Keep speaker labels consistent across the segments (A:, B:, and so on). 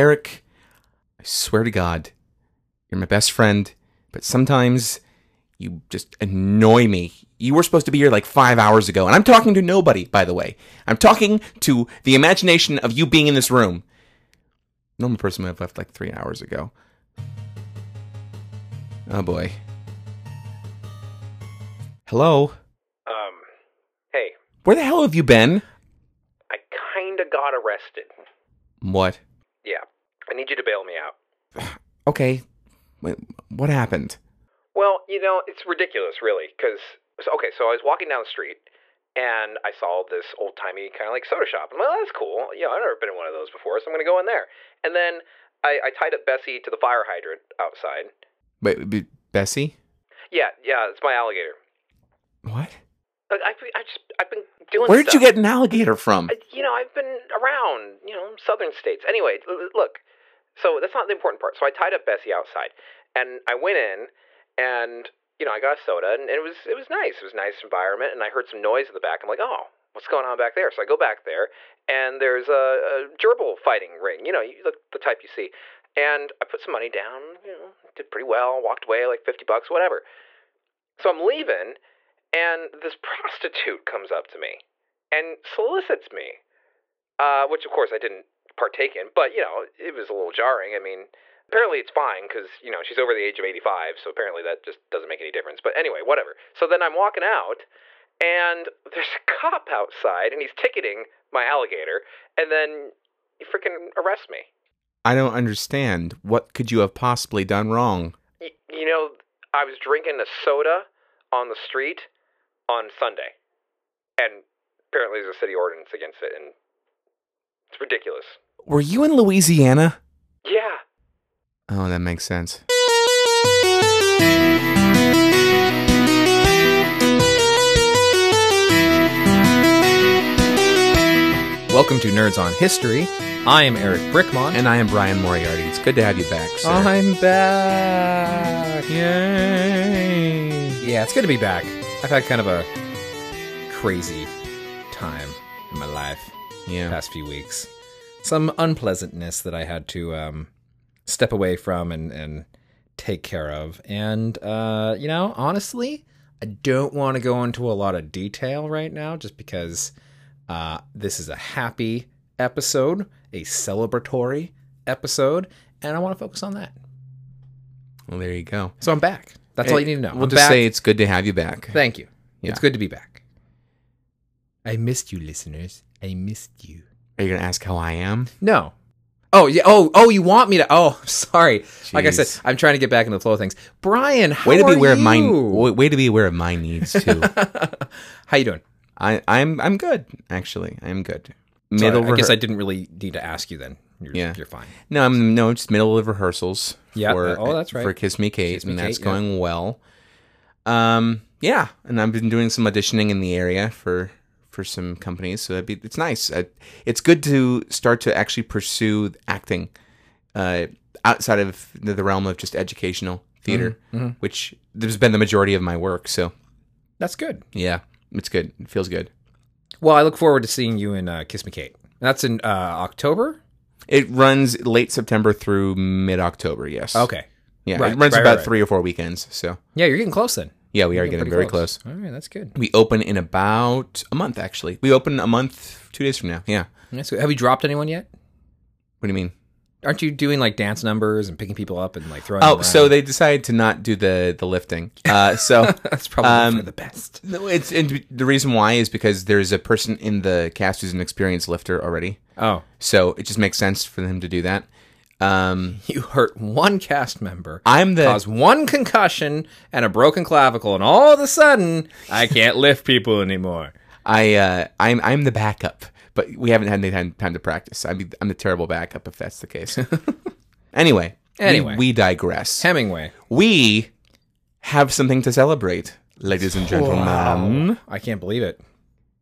A: Eric, I swear to God, you're my best friend, but sometimes you just annoy me. You were supposed to be here like five hours ago, and I'm talking to nobody, by the way. I'm talking to the imagination of you being in this room. Normal person would have left like three hours ago. Oh boy. Hello?
B: Um, hey,
A: Where the hell have you been?
B: I kinda got arrested.
A: What?
B: Yeah, I need you to bail me out.
A: Okay. Wait, what happened?
B: Well, you know, it's ridiculous, really, 'cause so, okay, so I was walking down the street and I saw this old timey kind of like soda shop. I'm like, oh, that's cool. You know, I've never been in one of those before, so I'm gonna go in there. And then I, I tied up Bessie to the fire hydrant outside.
A: Wait, B- Bessie?
B: Yeah, yeah, it's my alligator.
A: What?
B: Like, I, I just, I've been doing.
A: Where did you
B: stuff.
A: get an alligator from?
B: I- you know, I've been around, you know, southern states. Anyway, l- l- look, so that's not the important part. So I tied up Bessie outside, and I went in, and you know, I got a soda, and it was it was nice. It was a nice environment, and I heard some noise in the back. I'm like, oh, what's going on back there? So I go back there, and there's a, a gerbil fighting ring. You know, you, the, the type you see. And I put some money down. You know, did pretty well. Walked away like fifty bucks, whatever. So I'm leaving, and this prostitute comes up to me and solicits me, uh, which of course I didn't partake in, but you know, it was a little jarring. I mean, apparently it's fine because, you know, she's over the age of 85, so apparently that just doesn't make any difference. But anyway, whatever. So then I'm walking out, and there's a cop outside, and he's ticketing my alligator, and then he freaking arrests me.
A: I don't understand. What could you have possibly done wrong?
B: Y- you know, I was drinking a soda on the street on Sunday, and apparently there's a city ordinance against it, and it's ridiculous.
A: Were you in Louisiana?
B: Yeah.
A: Oh, that makes sense.
C: Welcome to Nerds on History. I am Eric Brickmont. Oh,
A: And I am Brian Moriarty. It's good to have you back, sir.
C: I'm back.
A: Yay.
C: Yeah, it's good to be back. I've had kind of a crazy time in my life the
A: Yeah.
C: past few weeks. Some unpleasantness that I had to um, step away from and, and take care of. And, uh, you know, honestly, I don't want to go into a lot of detail right now just because uh, this is a happy episode, a celebratory episode, and I want to focus on that.
A: Well, there you go.
C: So I'm back. That's all you need to know.
A: We'll
C: I'm
A: just
C: back.
A: say it's good to have you back.
C: thank you.
A: Yeah.
C: It's good to be back. I missed you, listeners. I missed you.
A: Are you going to ask how I am?
C: No. Oh yeah. Oh oh. You want me to? Oh, I'm sorry. Like I
A: Jeez.
C: said, I'm trying to get back into the flow of things. Brian, how
A: Way to be
C: are
A: aware of my
C: you?
A: way, way to be aware of my needs too.
C: how you doing?
A: I I'm I'm good actually. I'm good.
C: Sorry,
A: Middle
C: I guess
A: rehe-
C: I didn't really need to ask you then. You're,
A: Yeah.
C: You're fine.
A: No, I'm no just middle of rehearsals.
C: Yeah,
A: for-
C: oh, that's right.
A: For Kiss Me Kate,
C: Me
A: and that's
C: Kate, yeah.
A: going well. Um, yeah, and I've been doing some auditioning in the area for for some companies, so that'd be it's nice. I, it's good to start to actually pursue acting uh, outside of the, the realm of just educational theater,
C: Mm-hmm.
A: which there's been the majority of my work. So
C: That's good.
A: yeah, it's good. It feels good.
C: Well, I look forward to seeing you in uh, Kiss Me Kate. That's in uh, October.
A: It runs late September through mid October. Yes.
C: Okay.
A: Yeah,
C: Right,
A: it runs
C: right,
A: about
C: right, right.
A: three or four weekends. So
C: Yeah, you're getting close then.
A: yeah, we are
C: You're
A: getting
C: pretty
A: very close.
C: All right, that's good.
A: We open in about a month, actually. We open a month, two days from now. Yeah.
C: That's good. Have you dropped anyone yet?
A: What do you mean?
C: Aren't you doing like dance numbers and picking people up and like throwing?
A: Oh,
C: them
A: so
C: around?
A: they decided to not do the the lifting. Uh, so
C: that's probably
A: um,
C: for the best.
A: no, it's and the reason why is because there's a person in the cast who's an experienced lifter already.
C: Oh,
A: So it just makes sense for them to do that. Um,
C: you hurt one cast member.
A: I'm the
C: cause one concussion and a broken clavicle, and all of a sudden, I can't lift people anymore.
A: I uh, I'm I'm the backup, but we haven't had any time, time to practice. I'm I'm the terrible backup if that's the case. anyway, we-
C: Anyway.
A: we digress.
C: Hemingway.
A: we have something to celebrate, ladies and gentlemen.
C: Um, I can't believe it.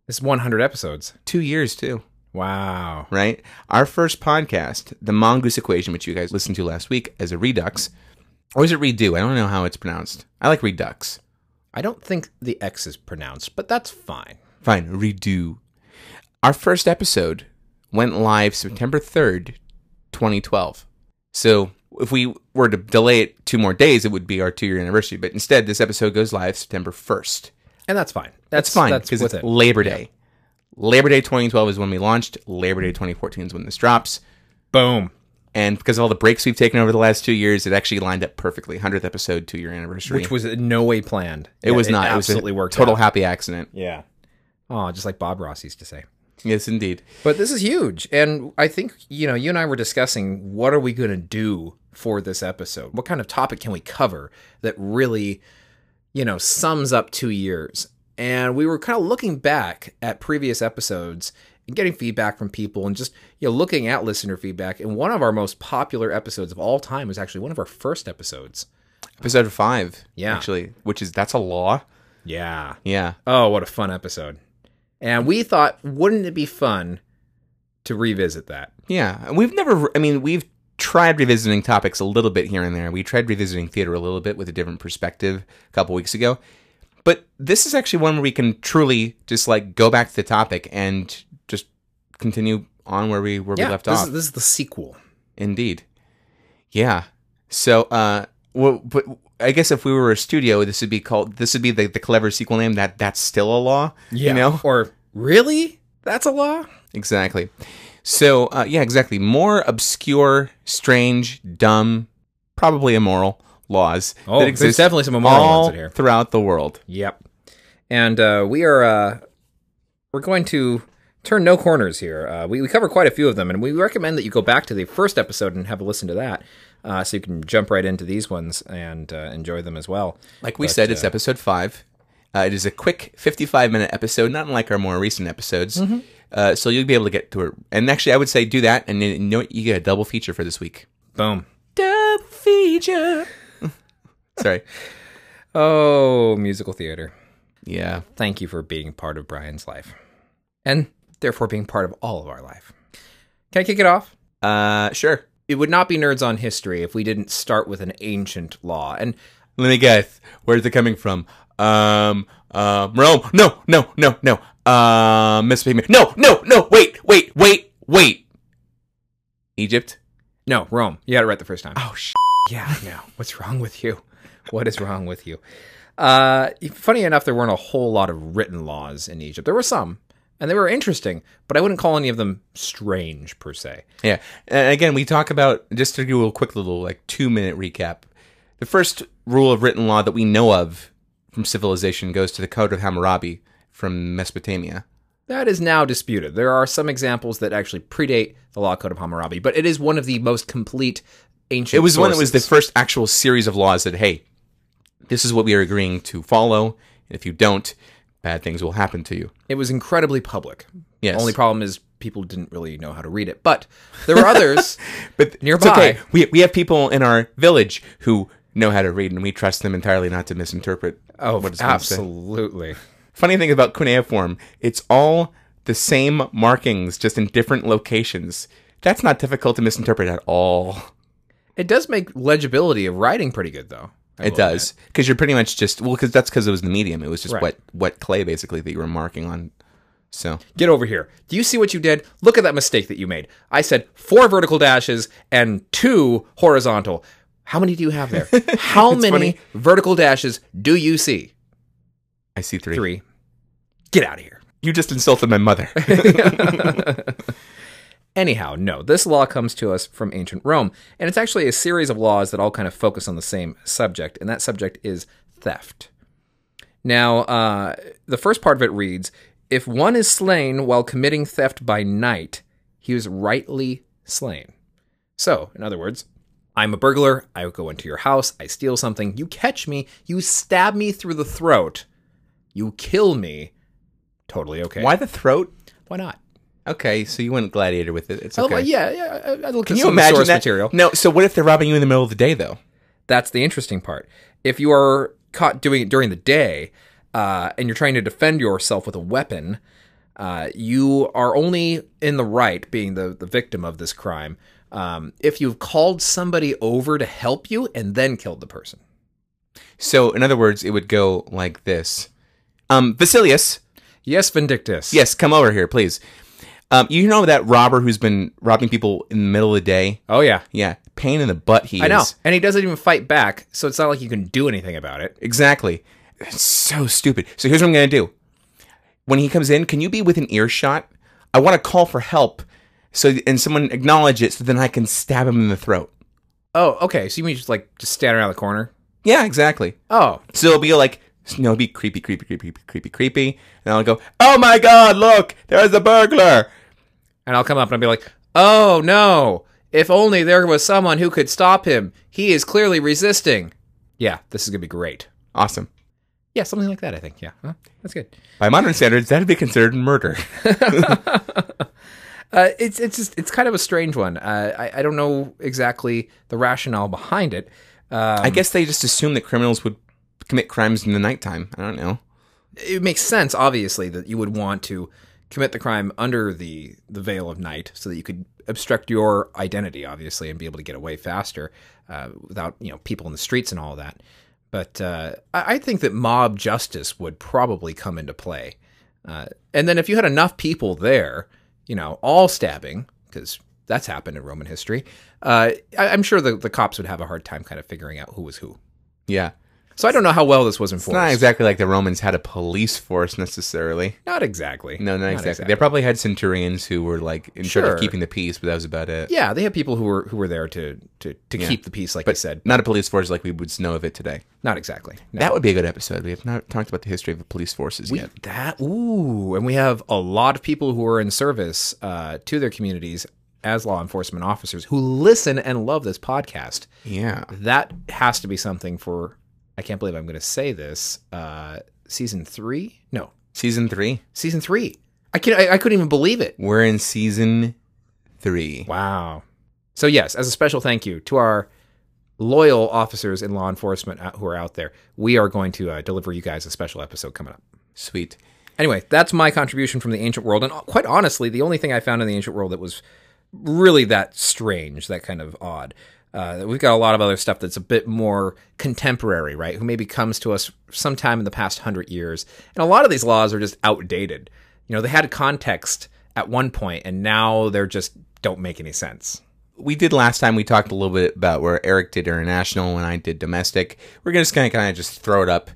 C: It's 100 episodes.
A: Two years too,
C: Wow.
A: right? Our first podcast, the Mongoose Equation, which you guys listened to last week as a redux, or is it redo? I don't know how it's pronounced. I like redux.
C: I don't think the X is pronounced, but that's fine.
A: Fine, redo. Our first episode went live September third, 2012. So if we were to delay it two more days, it would be our two year anniversary. But instead, this episode goes live September 1st.
C: and that's fine.
A: That's fine
C: That's
A: because
C: with
A: it's
C: it.
A: Labor Day. Labor Day 2012 is when we launched. Labor Day 2014 is when this drops.
C: Boom.
A: And because of all the breaks we've taken over the last two years, it actually lined up perfectly. 100th episode, two year anniversary.
C: Which was in no way planned.
A: it
C: Yeah,
A: was not. It was
C: absolutely
A: a
C: worked.
A: total
C: Out.
A: happy accident.
C: Yeah. Oh, just like Bob Ross used to say.
A: Yes, indeed.
C: But this is huge. And I think, you know, you and I were discussing what are we going to do for this episode? What kind of topic can we cover that really, you know, sums up two years? And we were kind of looking back at previous episodes and getting feedback from people and just, you know, looking at listener feedback. And one of our most popular episodes of all time was actually one of our first episodes.
A: Episode five.
C: Yeah.
A: Actually, which is that's a law.
C: Yeah.
A: Yeah.
C: Oh, what a fun episode. And we thought, wouldn't it be fun to revisit that?
A: Yeah, and we've never. I mean, we've tried revisiting topics a little bit here and there. We tried revisiting theater a little bit with a different perspective a couple weeks ago, but this is actually one where we can truly just like go back to the topic and just continue on where we where we left
C: this
A: off.
C: Is, this is the sequel.
A: Indeed. Yeah. So, uh, well, but I guess if we were a studio, this would be called. This would be the, the clever sequel name. That that's still a law. You know.
C: Or really? That's a law?
A: Exactly. So, uh, yeah, exactly. More obscure, strange, dumb, probably immoral laws
C: Oh,
A: that
C: there's
A: exist
C: definitely some immoral
A: all
C: ones in here.
A: throughout the world.
C: Yep. And uh, we are uh, we're going to turn no corners here. Uh, we, we cover quite a few of them, and we recommend that you go back to the first episode and have a listen to that, uh, so you can jump right into these ones and uh, enjoy them as well.
A: Like we said, it's episode five. Uh, it is a quick 55 minute episode, not unlike our more recent episodes.
C: Mm-hmm.
A: Uh, so you'll be able to get to it. And actually, I would say do that, and then you know what? You get a double feature for this week.
C: Boom.
A: Double feature. Sorry.
C: Oh, musical theater.
A: Yeah.
C: Thank you for being part of Brian's life, and therefore being part of all of our life. Can I kick it off?
A: Uh, sure.
C: It would not be nerds on history if we didn't start with an ancient law, and
A: Let me guess. Where's it coming from? Um, uh, Rome. No, no, no, no. Uh, Mesopotamia. No, no, no. Wait, wait, wait, wait. Egypt.
C: No, Rome. You got it right the first time.
A: Oh sh.
C: yeah, I know. What's wrong with you? What is wrong with you? Uh, funny enough, there weren't a whole lot of written laws in Egypt. There were some, and they were interesting, but I wouldn't call any of them strange per se.
A: Yeah. And again, we talk about just to do a quick little like two minute recap. The first rule of written law that we know of from civilization goes to the Code of Hammurabi from Mesopotamia.
C: That is now disputed. There are some examples that actually predate the Law Code of Hammurabi, but it is one of the most complete ancient.
A: It was one that was the
C: sources.
A: first actual series of laws that hey, this is what we are agreeing to follow. If you don't, bad things will happen to you.
C: It was incredibly public.
A: Yes.
C: Only problem is people didn't really know how to read it, but there were others.
A: But th-
C: Nearby.
A: It's okay. We we have people in our village who know how to read, and we trust them entirely not to misinterpret.
C: oh,
A: what it's gonna say.
C: absolutely.
A: Funny thing about cuneiform, it's all the same markings, just in different locations. That's not difficult to misinterpret at all.
C: It does make legibility of writing pretty good, though. I
A: It
C: will
A: does because you're pretty much just well, because that's because it was the medium. It was just
C: Right.
A: wet wet clay basically that you were marking on. So
C: admit. Get over here. Do you see what you did? Look at that mistake that you made. I said four vertical dashes and two horizontal. How many do you have there? How many
A: funny.
C: vertical dashes do you see?
A: I see three.
C: Three. Get out of here.
A: You just insulted my mother.
C: Anyhow, no, this law comes to us from ancient Rome, and it's actually a series of laws that all kind of focus on the same subject, and that subject is theft. Now, uh, the first part of it reads If one is slain while committing theft by night, he is rightly slain. So, in other words, I'm a burglar, I go into your house, I steal something, you catch me, you stab me through the throat, you kill me. Totally okay.
A: Why the throat?
C: Why not?
A: Okay, so you went gladiator with it. It's
C: Oh,
A: okay.
C: well, yeah, yeah. I, I look
A: uh, Can
C: at
A: you
C: some
A: imagine
C: source
A: that?
C: material.
A: No. So what if they're robbing you in the middle of the day though?
C: That's the interesting part. If you are caught doing it during the day, uh, and you're trying to defend yourself with a weapon, uh, you are only in the right, being the, the victim of this crime, um, if you've called somebody over to help you and then killed the person.
A: So, in other words, it would go like this. Um, Vasilius,
C: Yes, Vindictus.
A: yes, come over here, please. Um, you know that robber who's been robbing people in the middle of the day?
C: Oh yeah,
A: Yeah, pain in the butt he
C: I know.
A: is.
C: And he doesn't even fight back, so it's not like you can do anything about it.
A: Exactly. It's so stupid. So here's what I'm going to do. When he comes in, can you be within earshot? I want to call for help so and someone acknowledge it so then I can stab him in the throat.
C: Oh, okay. So you mean just like just stand around the corner?
A: Yeah, exactly.
C: Oh,
A: So it'll be like, you know, it'll be creepy, creepy, creepy, creepy, creepy. And I'll go, oh my God, look, there's a burglar.
C: and I'll come up and I'll be like, "Oh no! If only there was someone who could stop him. He is clearly resisting." Yeah, this is gonna be great.
A: Awesome.
C: Yeah, something like that. I think. Yeah, Huh? that's good.
A: By modern standards, that'd be considered murder.
C: Uh, it's it's just, it's kind of a strange one. Uh, I I don't know exactly the rationale behind it. Um,
A: I guess they just assumed that criminals would commit crimes in the nighttime. I don't know.
C: it makes sense, obviously, that you would want to commit the crime under the the veil of night, so that you could obstruct your identity, obviously, and be able to get away faster uh, without you know people in the streets and all that. But uh, I, I think that mob justice would probably come into play, uh, and then if you had enough people there, you know, all stabbing because that's happened in Roman history. Uh, I, I'm sure the, the cops would have a hard time kind of figuring out who was who.
A: Yeah.
C: So I don't know how well this was enforced.
A: It's not exactly like the Romans had a police force necessarily.
C: Not exactly.
A: No, not, exactly. They probably had centurions who were like in charge
C: Sure.
A: of keeping the peace, but that was about it.
C: Yeah, they had people who were who were there to to, to keep the peace, like I said.
A: Not a police force like we would know of it today.
C: Not exactly. No.
A: That would be a good episode. We have not talked about the history of the police forces yet.
C: That ooh, and we have a lot of people who are in service uh, to their communities as law enforcement officers who listen and love this podcast.
A: Yeah.
C: That has to be something for. I can't believe I'm going to say this. Uh, season three? No,
A: Season three.
C: season three. I can I, I couldn't even believe it.
A: We're in season three.
C: Wow. So yes, as a special thank you to our loyal officers in law enforcement uh, who are out there, we are going to uh, deliver you guys a special episode coming up.
A: Sweet.
C: Anyway, that's my contribution from the ancient world, and uh, quite honestly, the only thing I found in the ancient world that was really that strange, that kind of odd. Uh, we've got a lot of other stuff that's a bit more contemporary, right? Who maybe comes to us sometime in the past hundred years, and a lot of these laws are just outdated. You know, they had context at one point, and now they're just don't make any sense.
A: we did last time we talked a little bit about where Eric did international and I did domestic. We're just gonna kind of just throw it up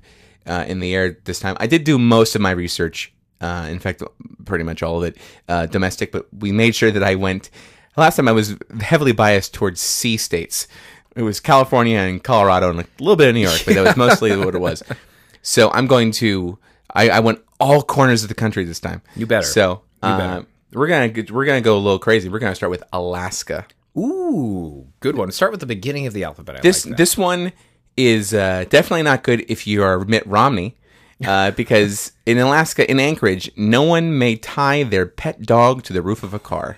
A: uh, in the air this time. I did do most of my research, uh, in fact, pretty much all of it uh, domestic, but we made sure that I went. Last time I was heavily biased towards sea states. It was California and Colorado and a little bit of New York, but that was mostly what it was. So I'm going to. I, I went all corners of the country this time.
C: You better.
A: So uh,
C: better.
A: we're gonna get- we're gonna go a little crazy. We're gonna start with Alaska.
C: Ooh, good one. Start with the beginning of the alphabet. I
A: this
C: like that.
A: this one is uh, definitely not good if you are Mitt Romney, uh, because in Alaska, in Anchorage, no one may tie their pet dog to the roof of a car.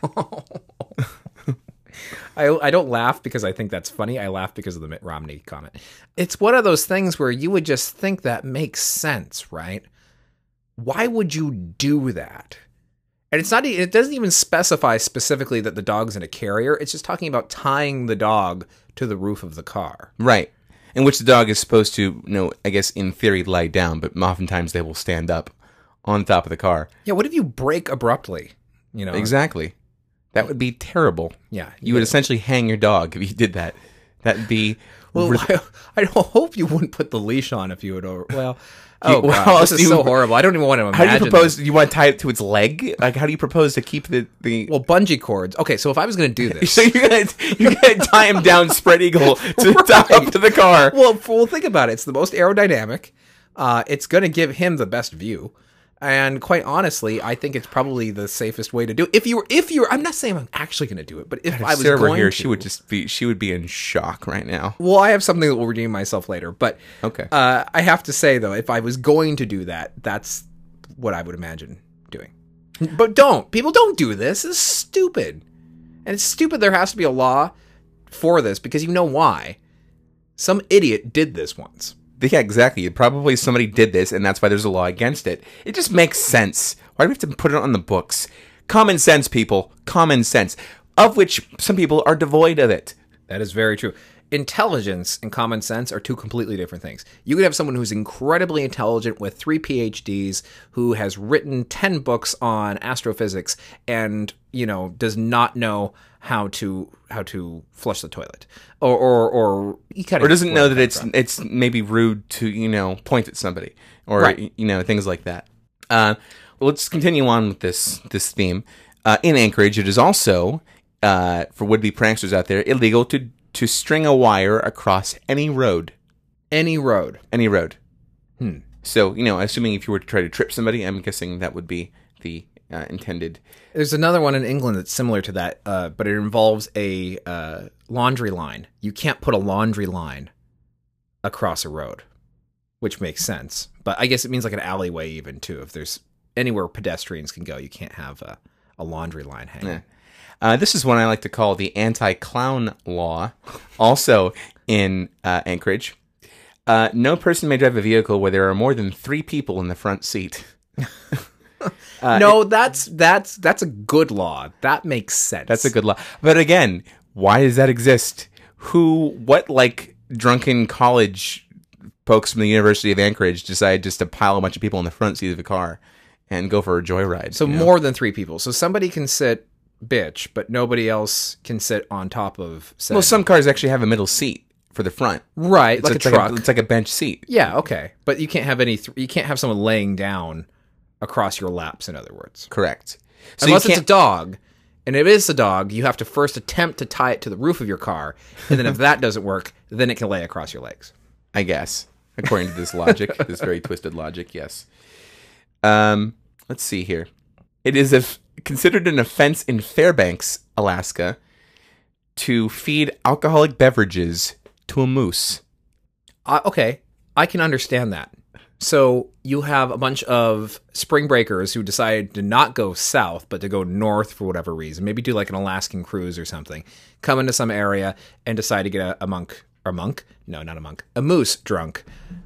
C: I, I don't laugh because I think that's funny. I laugh because of the Mitt Romney comment. It's one of those things where you would just think that makes sense, right? Why would you do that? And it's not. e- It doesn't even specify specifically that the dog's in a carrier. It's just talking about tying the dog to the roof of the car.
A: right. In which the dog is supposed to, you know, I guess in theory, lie down, but oftentimes they will stand up on top of the car.
C: Yeah. What if you break abruptly? You
A: Uh-huh.
C: know.
A: Exactly. That would be terrible.
C: Yeah.
A: You would essentially hang your dog if you did that. That'd be
C: Well, I, I don't- hope you wouldn't put the leash on if you would over. Well,
A: You-
C: oh,
A: well,
C: God, this
A: do
C: is
A: you-
C: so horrible. I don't even want to
A: How
C: imagine.
A: do you
C: this.
A: propose? Do you want to tie it to its leg? Like, how do you propose to keep the the?
C: Well, bungee cords. Okay, so if I was going to do this,
A: So you're gonna you're gonna tie him down spread eagle to the top of the car.
C: well, f- well, think about it. It's the most aerodynamic. Uh, it's going to give him the best view, and quite honestly, I think it's probably the safest way to do. It. If you were, if you were, I'm not saying I'm actually going to do it, but if I was
A: Sarah were
C: going
A: here,
C: to,
A: she would just be she would be in shock right now.
C: Well, I have something that will redeem myself later, but
A: Okay.
C: Uh, I have to say though, if I was going to do that, that's what I would imagine doing. But don't people don't do this. It's stupid, and it's stupid. There has to be a law for this because you know why. Some idiot did this once.
A: Yeah, exactly. Probably somebody did this, and that's why there's a law against it. It just makes sense. Why do we have to put it on the books? Common sense, people. Common sense, of which some people are devoid of it.
C: That is very true. intelligence and common sense are two completely different things. You could have someone who's incredibly intelligent with three PhDs who has written 10 books on astrophysics and, you know, does not know how to how to flush the toilet or or or, you kinda
A: or doesn't
C: where
A: know
C: it
A: that
C: comes
A: it's
C: from.
A: it's maybe rude to you know point at somebody or
C: Right.
A: you know things like that. Uh, well, let's continue on with this this theme. Uh, in Anchorage, it is also uh, for would be pranksters out there illegal to to string a wire across any road,
C: any road.
A: any road.
C: Hmm.
A: So you know, assuming if you were to try to trip somebody, I'm guessing that would be the uh, intended.
C: There's another one in England that's similar to that, uh, but it involves a uh, laundry line. You can't put a laundry line across a road, which makes sense. But I guess it means like an alleyway, even too. If there's anywhere pedestrians can go, you can't have a, a laundry line hanging.
A: Yeah. Uh, this is one I like to call the anti clown law, also in uh, Anchorage. Uh, no person may drive a vehicle where there are more than three people in the front seat. Uh,
C: no, that's that's that's a good law. That makes sense.
A: That's a good law. But again, why does that exist? Who, what, like drunken college folks from the University of Anchorage decided just to pile a bunch of people in the front seat of a car and go for a joyride?
C: So
A: you know?
C: more than three people. So somebody can sit bitch, but nobody else can sit on top of. Said,
A: Well, some cars actually have a middle seat for the front.
C: right, like a
A: it's
C: truck.
A: it's like a bench seat.
C: Yeah, okay. But you can't have any th- you can't have someone laying down across your laps in other words.
A: Correct. So
C: Unless
A: you
C: it's
A: can't
C: a dog. And if it is a dog, you have to first attempt to tie it to the roof of your car, and then if that doesn't work, then it can lay across your legs.
A: I guess, according to this logic, this very twisted logic. Yes. Um, let's see here. It is if considered an offense in Fairbanks, Alaska, to feed alcoholic beverages to a moose.
C: I Uh, okay, I can understand that. So you have a bunch of spring breakers who decided to not go south, but to go north for whatever reason. Maybe do like an Alaskan cruise or something. Come into some area and decide to get a, a monk or monk? No, not a monk. A moose drunk.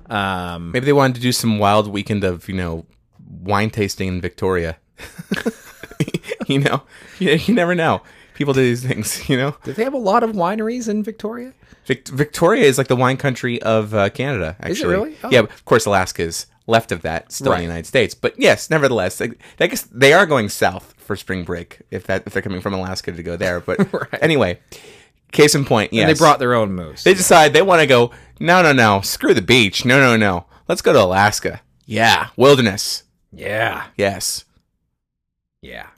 C: Um,
A: Maybe they wanted to do some wild weekend of you know wine tasting in Victoria. you know, you, you never know. People do these things. You know,
C: do they have a lot of wineries in Victoria?
A: Vic- Victoria is like the wine country of uh, Canada. Actually,
C: really? Oh.
A: yeah. Of course, Alaska is left of that, still in
C: Right.
A: the United States. But yes, nevertheless, I, I guess they are going south for spring break if that if they're coming from Alaska to go there. But anyway, case in point, yes,
C: They brought their own moose.
A: They decide they want to go. No, no, no. Screw the beach. No, no, no. Let's go to Alaska. Yeah, wilderness.
C: yeah.
A: Yes.
C: Yeah.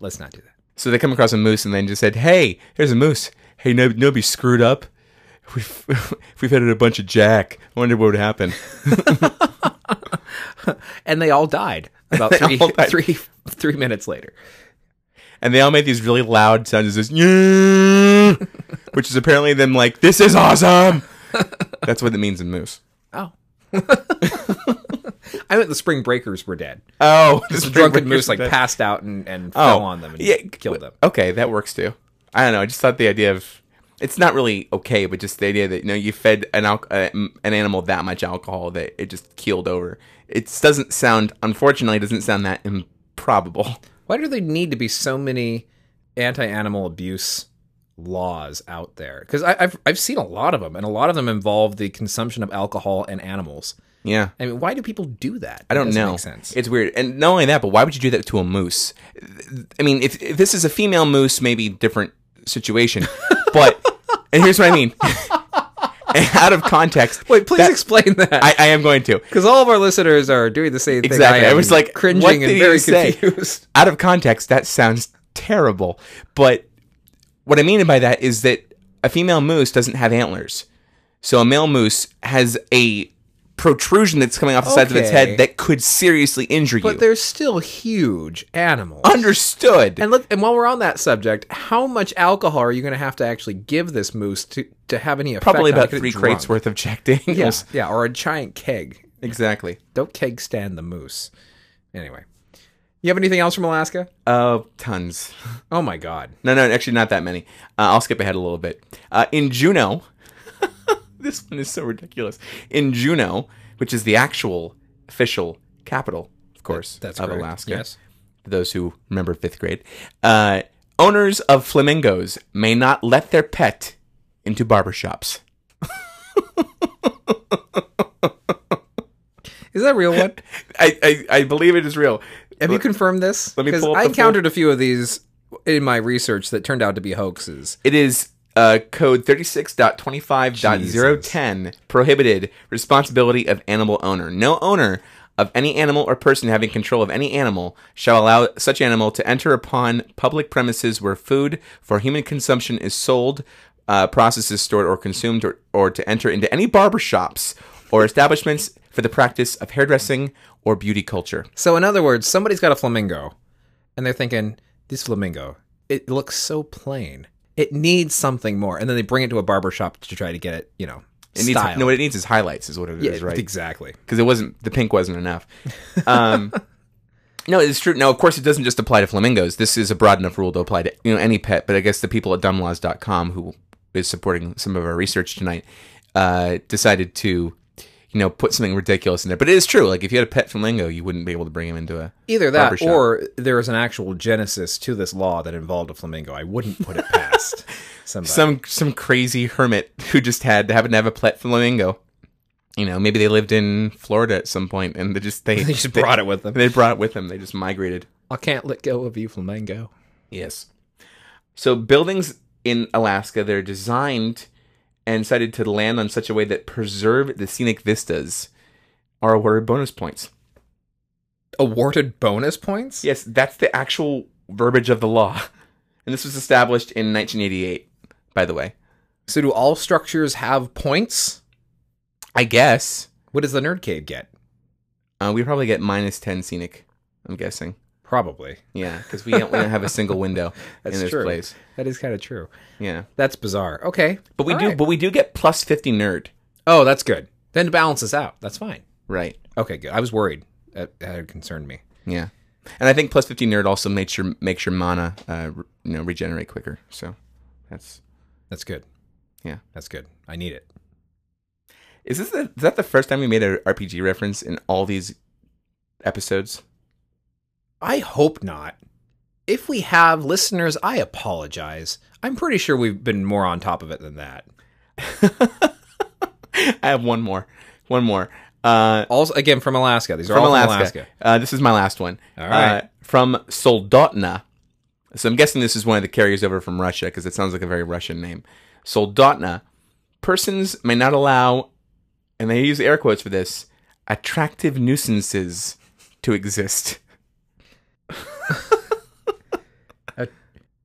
C: Let's not do that.
A: So they come across a moose and they just said, "Hey, here's a moose. Hey, no, nobody screwed up. We've if we've had a bunch of jack. I wonder what would happen."
C: And they all died about
A: They
C: three,
A: all died.
C: three, three minutes later.
A: and they all made these really loud sounds. This, "Yeah," which is apparently them like, "This is awesome." That's what it means in moose.
C: Oh. I meant the spring breakers were dead.
A: Oh, this
C: The drunken moose like passed out and, and
A: Oh.
C: fell on them and killed them.
A: Okay, that works too. I don't know. I just thought the idea of it's not really okay, but just the idea that you know you fed an al- uh, m- an animal that much alcohol that it just keeled over. It doesn't sound, unfortunately, it doesn't sound that improbable.
C: Why do there need to be so many anti-animal abuse laws out there? Because I've I've seen a lot of them, and a lot of them involve the consumption of alcohol and animals.
A: Yeah.
C: I mean, why do people do that?
A: I don't know.
C: Make sense.
A: It's weird. And not only that, but why would you do that to a moose? I mean, if, if this is a female moose, maybe different situation. but and here's what I mean. Out of context.
C: Wait, please explain
A: I,
C: that.
A: I am going to.
C: Because all of our listeners are doing the same thing.
A: Exactly.
C: I,
A: I
C: am,
A: was like,
C: cringing
A: what
C: and
A: did he
C: very
A: say?
C: confused.
A: Out of context, that sounds terrible. But what I mean by that is that a female moose doesn't have antlers. So a male moose has a protrusion that's coming off the sides of its
C: Okay.
A: head that could seriously injure
C: But
A: you.
C: they're still huge animals.
A: Understood.
C: And look, and while we're on that subject, how much alcohol are you going to have to actually give this moose to to have any effect?
A: probably
C: on it?
A: about
C: Get it
A: three
C: drunk.
A: crates worth of Jack Daniels.
C: Yeah, yeah, or a giant keg.
A: Exactly.
C: Don't keg stand the moose. Anyway, you have anything else from Alaska?
A: Uh, tons.
C: Oh my God!
A: No, no, actually, not that many. Uh, I'll skip ahead a little bit. Uh, in Juneau, this one is so ridiculous. In Juneau, which is the actual official capital, of course,
C: That's
A: of
C: correct.
A: Alaska.
C: Yes.
A: For those who remember fifth grade, uh, owners of flamingos may not let their pet into barbershops.
C: Is that a real one?
A: I, I, I believe it is real.
C: Have you confirmed this?
A: let me
C: 'Cause
A: pull up
C: I
A: the full-
C: encountered a few of these in my research that turned out to be hoaxes.
A: It is uh, code 36.25.010 prohibited responsibility of animal owner. No owner of any animal or person having control of any animal shall allow such animal to enter upon public premises where food for human consumption is sold, uh, processes stored or consumed, or, or to enter into any barber shops or establishments for the practice of hairdressing or beauty culture.
C: So, in other words, somebody's got a flamingo, and they're thinking, this flamingo, it looks so plain. It needs something more. And then they bring it to a barber shop to try to get it, you know,
A: It needs,
C: styled.
A: no, what it needs is highlights, is what it is,
C: Yeah,
A: right?
C: Exactly.
A: because it wasn't the pink wasn't enough. Um, no, it's true. Now, of course, it doesn't just apply to flamingos. This is a broad enough rule to apply to you know any pet. But I guess the people at dumblaws.com who is supporting some of our research tonight uh, decided to you know put something ridiculous in there. But it is true. Like if you had a pet flamingo, you wouldn't be able to bring him into a.
C: Either
A: Barber
C: that
A: shop.
C: or there is an actual genesis to this law that involved a flamingo. I wouldn't put it past somebody.
A: some some crazy hermit who just had happened to have a pet flamingo. You know, maybe they lived in Florida at some point, and they just they,
C: They just brought it with them.
A: They brought it with them. They just migrated.
C: I can't let go of you, flamingo.
A: Yes. So buildings in Alaska, they're designed and sited to land on such a way that preserve the scenic vistas are awarded bonus points.
C: Awarded bonus points?
A: Yes, that's the actual verbiage of the law. And this was established in 1988, by the way.
C: So, do all structures have points?
A: I guess
C: What does the nerd cave get?
A: uh, we probably get minus 10 scenic, I'm guessing.
C: Probably.
A: Yeah, because we, don't- we don't have a single window
C: That's
A: in this
C: true.
A: place.
C: That is kind of true.
A: Yeah,
C: That's bizarre. Okay.
A: but we
C: All
A: do,
C: right.
A: but we do get plus 50 nerd,
C: oh, that's good. Then it balances out. That's fine.
A: right?
C: Okay, good. I was worried. That that had concerned me.
A: Yeah, and I think plus fifteen nerd also makes your makes your mana uh, re- you know regenerate quicker. So that's
C: That's good.
A: Yeah.
C: That's good. I need it.
A: is this the, is that the first time we made an RPG reference in all these episodes?
C: I hope not. If we have listeners, I apologize. I'm pretty sure we've been more on top of it than that.
A: I have one more, one more. Uh,
C: Also, again, from Alaska. These are
A: from
C: all
A: Alaska.
C: from Alaska.
A: Uh, this is my last one.
C: All right.
A: Uh, from Soldotna. So I'm guessing this is one of the carriers over from Russia because it sounds like a very Russian name. Soldotna. Persons may not allow, and they use air quotes for this, attractive nuisances to exist.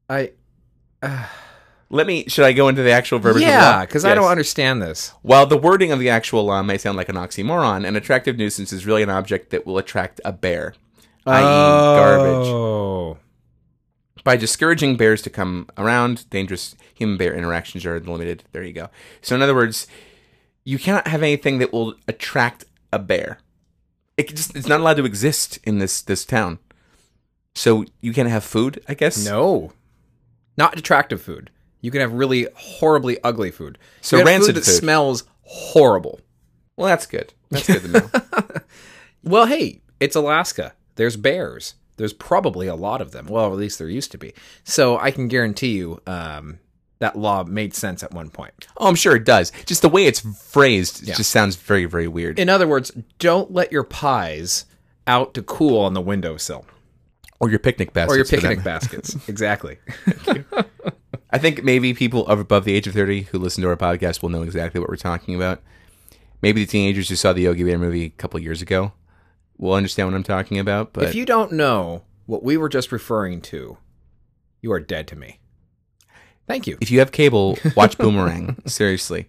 C: I
A: Let me. Should I go into the actual verbiage? of the law?
C: yeah, because I
A: Yes.
C: don't understand this.
A: While the wording of the actual law may sound like an oxymoron, an attractive nuisance is really an object that will attract a bear, i.e., garbage.
C: Oh,
A: By discouraging bears to come around, dangerous human bear interactions are limited. There you go. So, in other words, you cannot have anything that will attract a bear. It can just, it's not allowed to exist in this, this town. So, you can't have food, I guess?
C: No, not attractive food. You can have really horribly ugly food. You
A: So
C: can have
A: rancid
C: food that
A: food.
C: smells horrible.
A: Well, that's good. That's good to know.
C: Well, hey, it's Alaska. There's bears. There's probably a lot of them. Well, at least there used to be. So I can guarantee you um, that law made sense at one point.
A: oh, I'm sure it does. Just the way it's phrased it
C: Yeah.
A: just sounds very, very weird.
C: In other words, don't let your pies out to cool on the windowsill
A: or your picnic baskets.
C: or your
A: for that
C: picnic
A: matter.
C: baskets. Exactly.
A: I think maybe people of above the age of 30 who listen to our podcast will know exactly what we're talking about. Maybe the teenagers who saw the Yogi Bear movie a couple years ago will understand what I'm talking about, but
C: if you don't know what we were just referring to, you are dead to me. Thank you.
A: if you have cable, watch Boomerang. Seriously.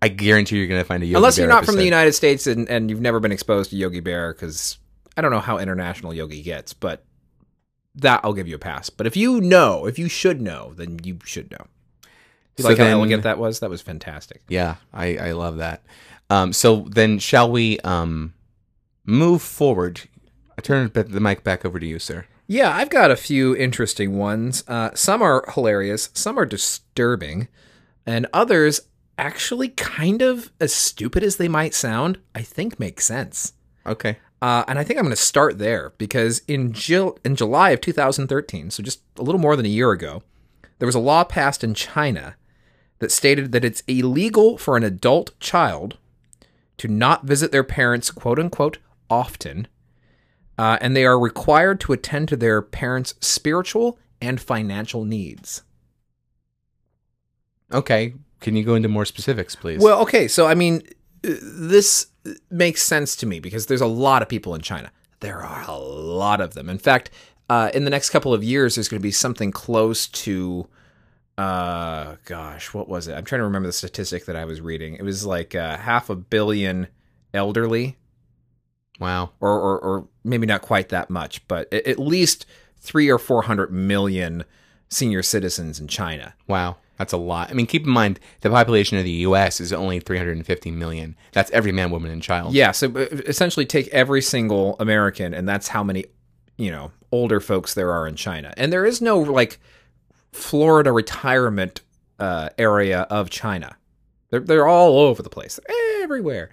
A: I guarantee you're going to find a Yogi
C: Unless you're
A: Bear
C: not from the
A: episode.
C: United States and, and you've never been exposed to Yogi Bear, because I don't know how international Yogi gets, but that I'll give you a pass. But if you know, if you should know, then you should know. You
A: So
C: like how
A: then-
C: elegant that was? That was fantastic.
A: Yeah, I, I love that. Um, so then shall we um, move forward? I turn the the mic back over to you, sir.
C: Yeah, I've got a few interesting ones. Uh, some are hilarious, some are disturbing, and others actually kind of as stupid as they might sound, I think make sense.
A: Okay.
C: Uh, and I think I'm going to start there because in, Jul- in July of 2013, so just a little more than a year ago, there was a law passed in China that stated that it's illegal for an adult child to not visit their parents, quote unquote, often, uh, and they are required to attend to their parents' spiritual and financial needs.
A: Okay. Can you go into more specifics, please?
C: Well, okay, so I mean, uh, this makes sense to me because there's a lot of people in China. There are a lot of them. In fact, uh, in the next couple of years, there's going to be something close to, uh, gosh, what was it? I'm trying to remember the statistic that I was reading. It was like uh, half a billion elderly
A: wow.
C: or, or, or maybe not quite that much, but a- at least three or four hundred million senior citizens in China.
A: Wow. That's a lot. I mean, keep in mind the population of the U.S. is only 350 million. That's every man, woman, and child.
C: Yeah, so uh, essentially take every single American, and that's how many, you know, older folks there are in China. And there is no like Florida retirement uh, area of China. They're they're all over the place, They're everywhere.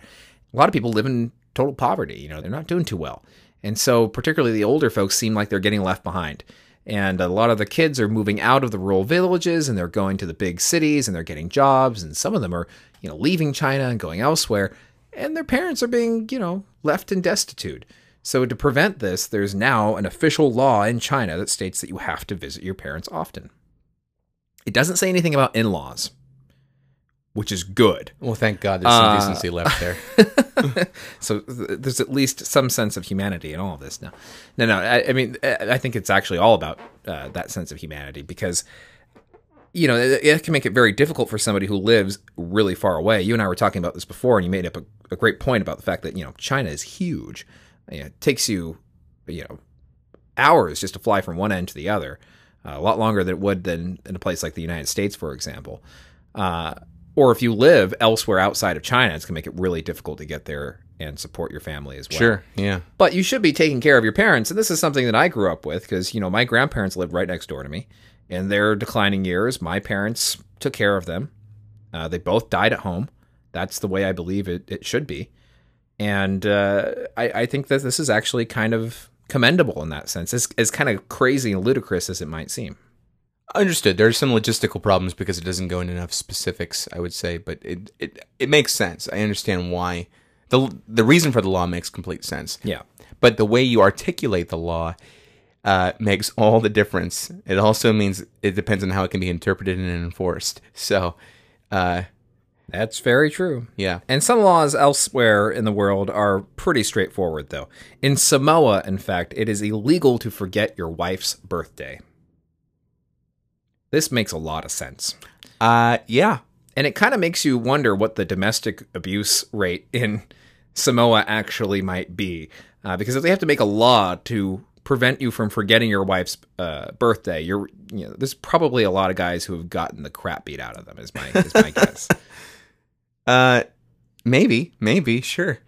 C: A lot of people live in total poverty. You know, they're not doing too well, and so particularly the older folks seem like they're getting left behind. And a lot of the kids are moving out of the rural villages, and they're going to the big cities, and they're getting jobs, and some of them are, you know, leaving China and going elsewhere and their parents are being, you know, left in destitute. So to prevent this, there's now an official law in China that states that you have to visit your parents often. It doesn't say anything about in-laws, which is good.
A: Well, thank God there's some
C: Uh,
A: decency left there.
C: so th- there's at least some sense of humanity in all of this now. No, no, I, I mean, I I think it's actually all about uh, that sense of humanity because, you know, it, it can make it very difficult for somebody who lives really far away. You and I were talking about this before, and you made up a, a great point about the fact that, you know, China is huge. You know, it takes you, you know, hours just to fly from one end to the other, uh, a lot longer than it would than in a place like the United States, for example. Uh, or if you live elsewhere outside of China, it's going to make it really difficult to get there and support your family as well.
A: sure. Yeah.
C: But you should be taking care of your parents. And this is something that I grew up with because, you know, my grandparents lived right next door to me. In their declining years, my parents took care of them. Uh, they both died at home. That's the way I believe it, it should be. And uh, I, I think that this is actually kind of commendable in that sense, as, as kind of crazy and ludicrous as it might seem.
A: Understood. There are some logistical problems because it doesn't go into enough specifics, I would say, but it it, it makes sense. I understand why. The, the reason for the law makes complete sense.
C: Yeah.
A: but the way you articulate the law uh, makes all the difference. It also means it depends on how it can be interpreted and enforced. So, uh,
C: That's very true.
A: yeah,
C: And some laws elsewhere in the world are pretty straightforward, though. In Samoa, in fact, it is illegal to forget your wife's birthday. This makes a lot of sense.
A: uh, yeah,
C: And it kind of makes you wonder what the domestic abuse rate in Samoa actually might be. Uh, because if they have to make a law to prevent you from forgetting your wife's uh, birthday, you're, you know, there's probably a lot of guys who have gotten the crap beat out of them, is my, is my guess.
A: uh, maybe, maybe, sure.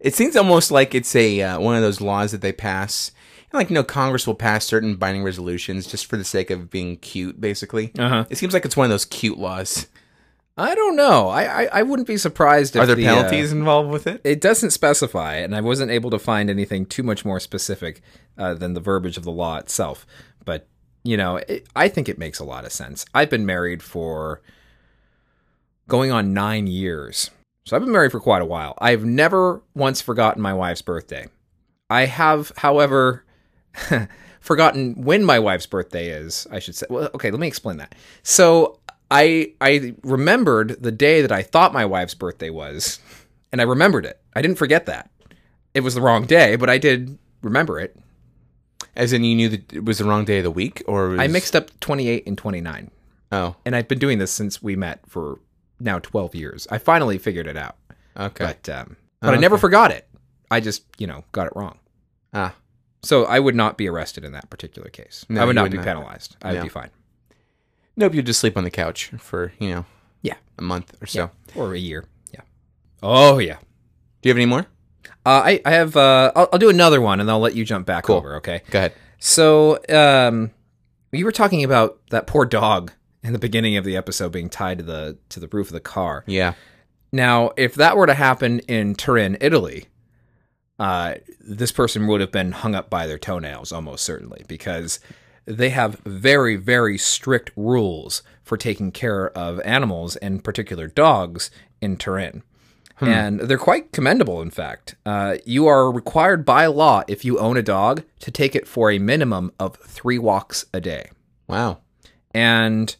A: It seems almost like it's a uh, one of those laws that they pass. Like, you know, Congress will pass certain binding resolutions just for the sake of being cute, basically.
C: Uh huh.
A: It seems like it's one of those cute laws.
C: I don't know. I I, I wouldn't be surprised. If
A: Are there
C: the, uh,
A: penalties involved with it?
C: it doesn't specify, and I wasn't able to find anything too much more specific uh, than the verbiage of the law itself. But you know, it, I think it makes a lot of sense. I've been married for going on nine years, so I've been married for quite a while. I've never once forgotten my wife's birthday. I have, however, forgotten when my wife's birthday is. I should say. Well, okay, let me explain that. So I I remembered the day that I thought my wife's birthday was, and I remembered it. I didn't forget that. It was the wrong day, but I did remember it.
A: As in, you knew that it was the wrong day of the week, or
C: I
A: was-
C: mixed up 28 and 29,
A: Oh,
C: and I've been doing this since we met for now 12 years. I finally figured it out,
A: okay.
C: but um, but I never forgot it. I just you know got it wrong.
A: Ah,
C: So I would not be arrested in that particular case.
A: No,
C: I would
A: you
C: not
A: would
C: be
A: not.
C: penalized. I would
A: Yeah.
C: be fine.
A: Nope, you just sleep on the couch for, you know,
C: Yeah.
A: a month or so.
C: or a year. Yeah. Oh yeah.
A: Do you have any more?
C: Uh, I I have. Uh, I'll, I'll do another one, and I'll let you jump back over. Okay.
A: Go ahead.
C: So um, you were talking about that poor dog in the beginning of the episode being tied to the to the roof of the car.
A: Yeah.
C: Now, if that were to happen in Turin, Italy, uh, this person would have been hung up by their toenails almost certainly because they have very, very strict rules for taking care of animals, in particular dogs, in Turin. And they're quite commendable, in fact. Uh, you are required by law, if you own a dog, to take it for a minimum of three walks a day
A: Wow.
C: and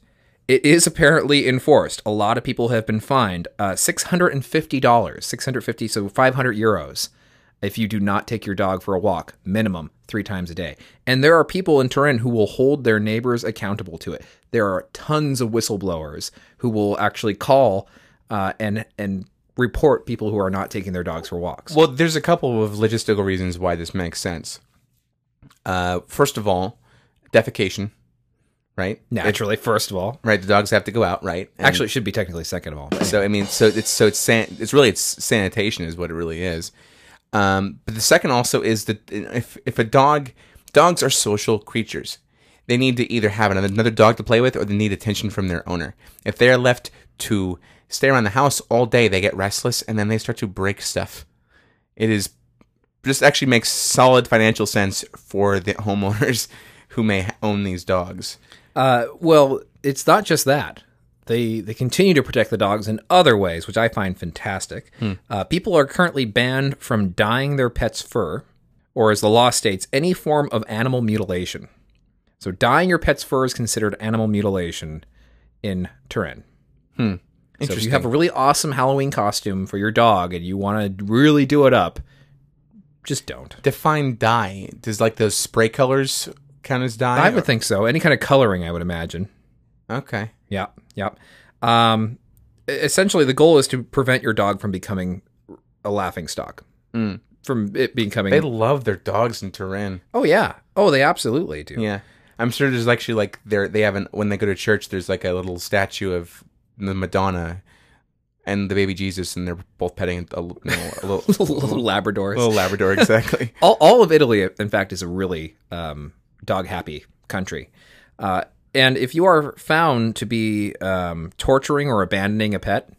C: it is apparently enforced. A lot of people have been fined uh, six hundred and fifty dollars, six hundred fifty, so five hundred euros, if you do not take your dog for a walk, minimum three times a day. And there are people in Turin who will hold their neighbors accountable to it. There are tons of whistleblowers who will actually call uh, and and report people who are not taking their dogs for walks.
A: Well, there's a couple of logistical reasons why this makes sense. Uh, first of all, defecation, right?
C: Naturally, first of all,
A: Right. The dogs have to go out, right? And
C: actually, it should be technically second of all. but-
A: so I mean, so it's so it's san- it's really it's sanitation is what it really is. Um, but the second also is that if if a dog, dogs are social creatures. They need to either have another, another dog to play with, or they need attention from their owner. If they are left to stay around the house all day, they get restless and then they start to break stuff. It is this actually makes solid financial sense for the homeowners who may ha- own these dogs.
C: Uh, well, it's not just that. They they continue to protect the dogs in other ways, which I find fantastic. Uh, people are currently banned from dyeing their pets' fur, or as the law states, any form of animal mutilation. So dyeing your pet's fur is considered animal mutilation in Turin. So if you
A: Interesting.
C: have a really awesome Halloween costume for your dog and you want to really do it up, just don't.
A: Define dye. Does like those spray colors count as dye?
C: I
A: or-
C: would think so. Any kind of coloring, I would imagine.
A: Okay.
C: Yeah, yeah. Um, e- essentially, the goal is to prevent your dog from becoming a laughing stock,
A: Mm.
C: from it becoming.
A: They love their dogs in Turin.
C: oh yeah. Oh, they absolutely do.
A: Yeah. I'm sure there's actually like there they have an when they go to church there's like a little statue of the Madonna and the baby Jesus and they're both petting a, l- you know, a little,
C: Little Labradors.
A: little Labrador exactly.
C: all, all of Italy, in fact, is a really um, dog happy country. Uh, and if you are found to be um, torturing or abandoning a pet,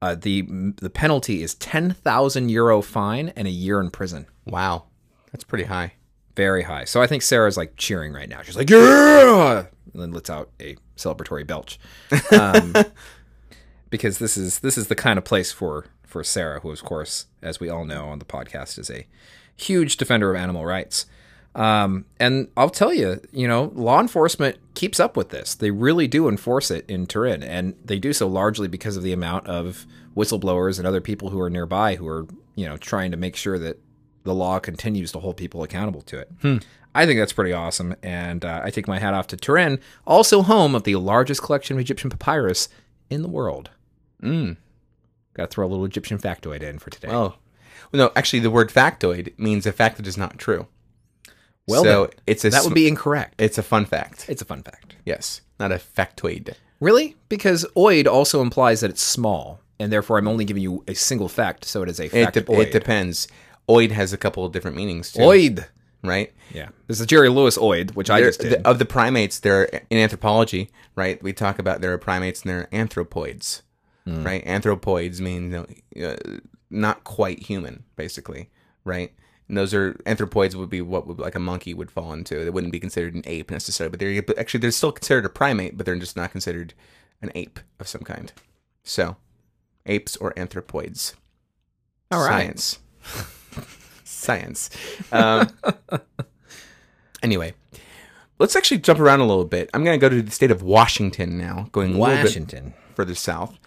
C: uh, the the penalty is ten thousand euro fine and a year in prison.
A: wow. That's pretty high.
C: very high. So I think Sarah's like cheering right now. She's like, yeah, and then lets out a celebratory belch, um, because this is this is the kind of place for for Sarah, who of course, as we all know on the podcast, is a huge defender of animal rights. Um, and I'll tell you, you know, law enforcement keeps up with this. They really do enforce it in Turin, and they do so largely because of the amount of whistleblowers and other people who are nearby who are, you know, trying to make sure that the law continues to hold people accountable to it. I think that's pretty awesome, and uh, I take my hat off to Turin, also home of the largest collection of Egyptian papyrus in the world. Hmm.
A: Mm.
C: Got to throw a little Egyptian factoid in for today.
A: Oh. Well, no, actually the word factoid means a fact that is not true.
C: Well,
A: so
C: then,
A: it's a
C: that would
A: sm-
C: be incorrect.
A: it's a fun fact.
C: It's a fun fact.
A: Yes, not a factoid.
C: Really? Because oid also implies that it's small, and therefore I'm only giving you a single fact, so it is a
A: It,
C: fact.
A: de-
C: oid.
A: it depends. Oid has a couple of different meanings too,
C: oid.
A: right?
C: Yeah. There's a Jerry Lewis oid, which I
A: They're-
C: just did.
A: the- of the primates, they're in anthropology, right? We talk about there are primates and there are anthropoids,
C: Hmm.
A: right? Anthropoids mean you know, uh, not quite human, basically, right? And those are anthropoids would be what would, like a monkey would fall into. They wouldn't be considered an ape necessarily, but they're but actually they're still considered a primate, but they're just not considered an ape of some kind. So, apes or anthropoids.
C: All right.
A: Science. Science. Um, anyway, let's actually jump around a little bit. I'm going to go to the state of Washington now, going a little bit
C: Washington.
A: further south.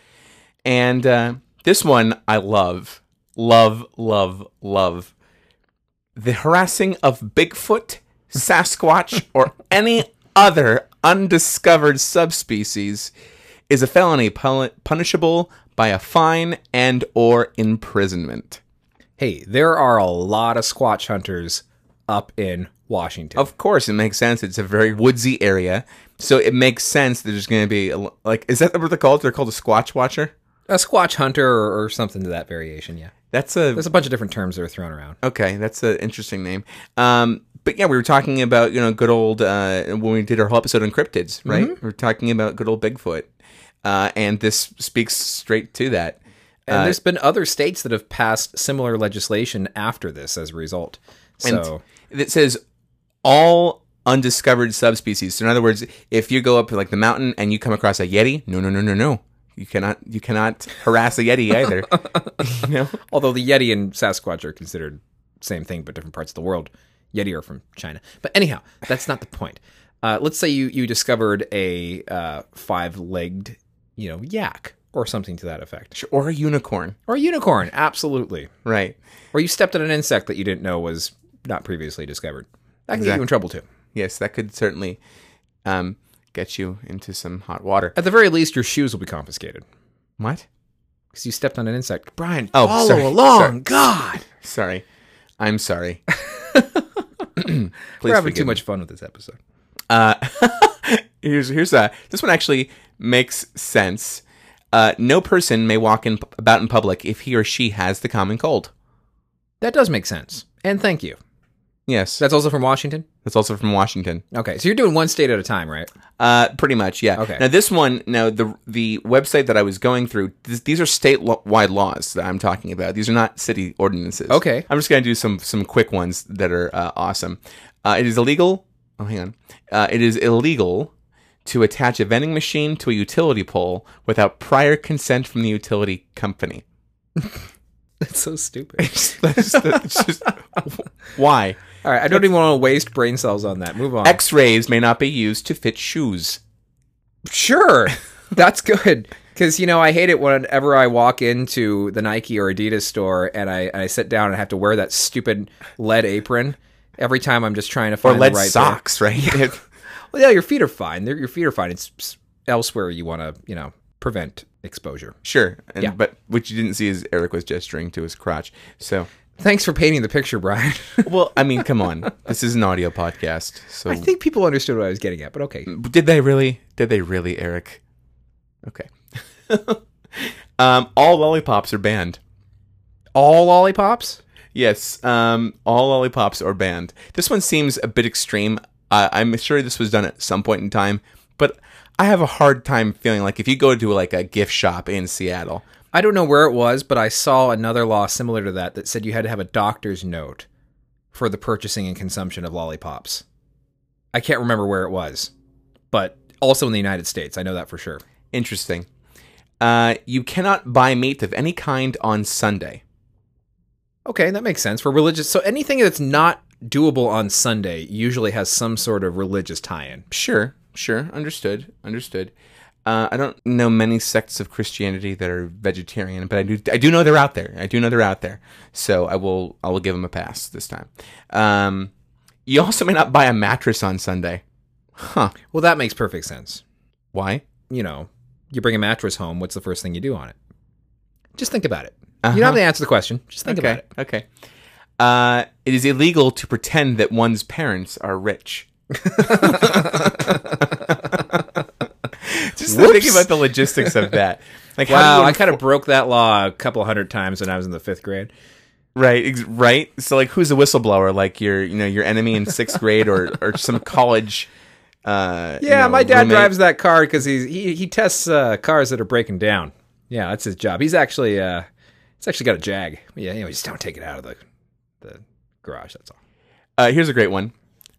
A: And uh, this one I love, love, love, love. The harassing of Bigfoot, Sasquatch, or any other undiscovered subspecies is a felony pun- punishable by a fine and or imprisonment.
C: Hey, there are a lot of Squatch hunters up in Washington.
A: Of course, it makes sense. It's a very woodsy area, so it makes sense that there's going to be a l- like is that what they're called? They're called a Squatch Watcher.
C: A Squatch hunter or, or something to that variation, yeah.
A: That's a
C: There's a bunch of different terms that are thrown around.
A: Okay, that's an interesting name. Um, but yeah, we were talking about you know good old uh, when we did our whole episode on cryptids, right? We were talking about good old Bigfoot, uh, and this speaks straight to that. Uh,
C: And there's been other states that have passed similar legislation after this as a result. So
A: It says all undiscovered subspecies. So in other words, if you go up like the mountain and you come across a yeti, no, no, no, no, no. You cannot you cannot harass a yeti either. you know?
C: Although the Yeti and Sasquatch are considered same thing, but different parts of the world. Yeti are from China. But anyhow, that's not the point. Uh, let's say you you discovered a uh, five legged, you know, yak or something to that effect,
A: Or a unicorn,
C: or a unicorn. Absolutely.
A: right?
C: Or you stepped on an insect that you didn't know was not previously discovered. That can get you in trouble too.
A: Yes, that could certainly um, get you into some hot water.
C: At the very least, your shoes will be confiscated
A: What?
C: because you stepped on an insect. Brian,
A: Oh,
C: follow
A: sorry.
C: along.
A: Sorry.
C: God,
A: Sorry, I'm sorry. Please
C: we're having too
A: forgive me.
C: much fun with this episode.
A: Uh, here's here's a this one actually makes sense. Uh, no person may walk in about in public if he or she has the common cold.
C: That does make sense. And thank you.
A: Yes,
C: That's also from Washington.
A: that's also from Washington.
C: Okay, so you're doing one state at a time, right?
A: Uh, pretty much, yeah.
C: Okay.
A: Now this one, now the the website that I was going through, th- these are statewide laws that I'm talking about. These are not city ordinances.
C: Okay.
A: I'm just gonna do some some quick ones that are uh, awesome. Uh, it is illegal. Oh, hang on. Uh, it is illegal to attach a vending machine to a utility pole without prior consent from the utility company.
C: That's so stupid.
A: That's just, that's just- why?
C: All right, I don't even want to waste brain cells on that. Move on.
A: X-rays may not be used to fit shoes.
C: sure, that's good. Because you know, I hate it whenever I walk into the Nike or Adidas store and I and I sit down and have to wear that stupid lead apron every time. I'm just trying to
A: Or
C: find
A: lead
C: the right pair.
A: socks, right?
C: Well, yeah, your feet are fine. They're, your feet are fine. It's s- elsewhere you want to, you know, prevent exposure.
A: Sure. And,
C: Yeah.
A: But what you didn't see is Eric was gesturing to his crotch. So,
C: Thanks for painting the picture, Brian.
A: well, I mean, come on. This is an audio podcast. So,
C: I think people understood what I was getting at, but okay.
A: did they really? Did they really, Eric? Okay. um, all lollipops are banned.
C: All lollipops?
A: Yes. Um, all lollipops are banned. This one seems a bit extreme. Uh, I'm sure this was done at some point in time, but I have a hard time feeling like if you go to like a gift shop in Seattle,
C: I don't know where it was, but I saw another law similar to that that said you had to have a doctor's note for the purchasing and consumption of lollipops. I can't remember where it was, but also in the United States. I know that for sure.
A: interesting. Uh, you cannot buy meat of any kind on Sunday.
C: Okay, that makes sense for religious. So anything that's not doable on Sunday usually has some sort of religious tie-in.
A: Sure, sure, understood, understood. Uh, I don't know many sects of Christianity that are vegetarian, but I do. I do know they're out there. I do know they're out there. So I will. I will give them a pass this time. Um, you also may not buy a mattress on Sunday. Huh?
C: Well, that makes perfect sense.
A: Why?
C: You know, you bring a mattress home. What's the first thing you do on it? Just think about it. You
A: Uh-huh.
C: don't have to answer the question. Just think
A: okay.
C: about it.
A: Okay. Uh, it is illegal to pretend that one's parents are rich. Just to think
C: Whoops.
A: about the logistics of that. Like
C: Wow,
A: how
C: I
A: do you
C: kind of broke that law a couple hundred times when I was in the fifth grade.
A: Right, ex- right. So like, who's the whistleblower? Like your, you know, your enemy in sixth grade or or some college. Uh, you
C: Yeah,
A: know,
C: my dad
A: roommate?
C: drives that car because he's he he tests uh, cars that are breaking down. Yeah, that's his job. He's actually uh, he's actually got a Jag. Yeah, you know, just don't take it out of the the garage. That's all.
A: Uh, here's a great one.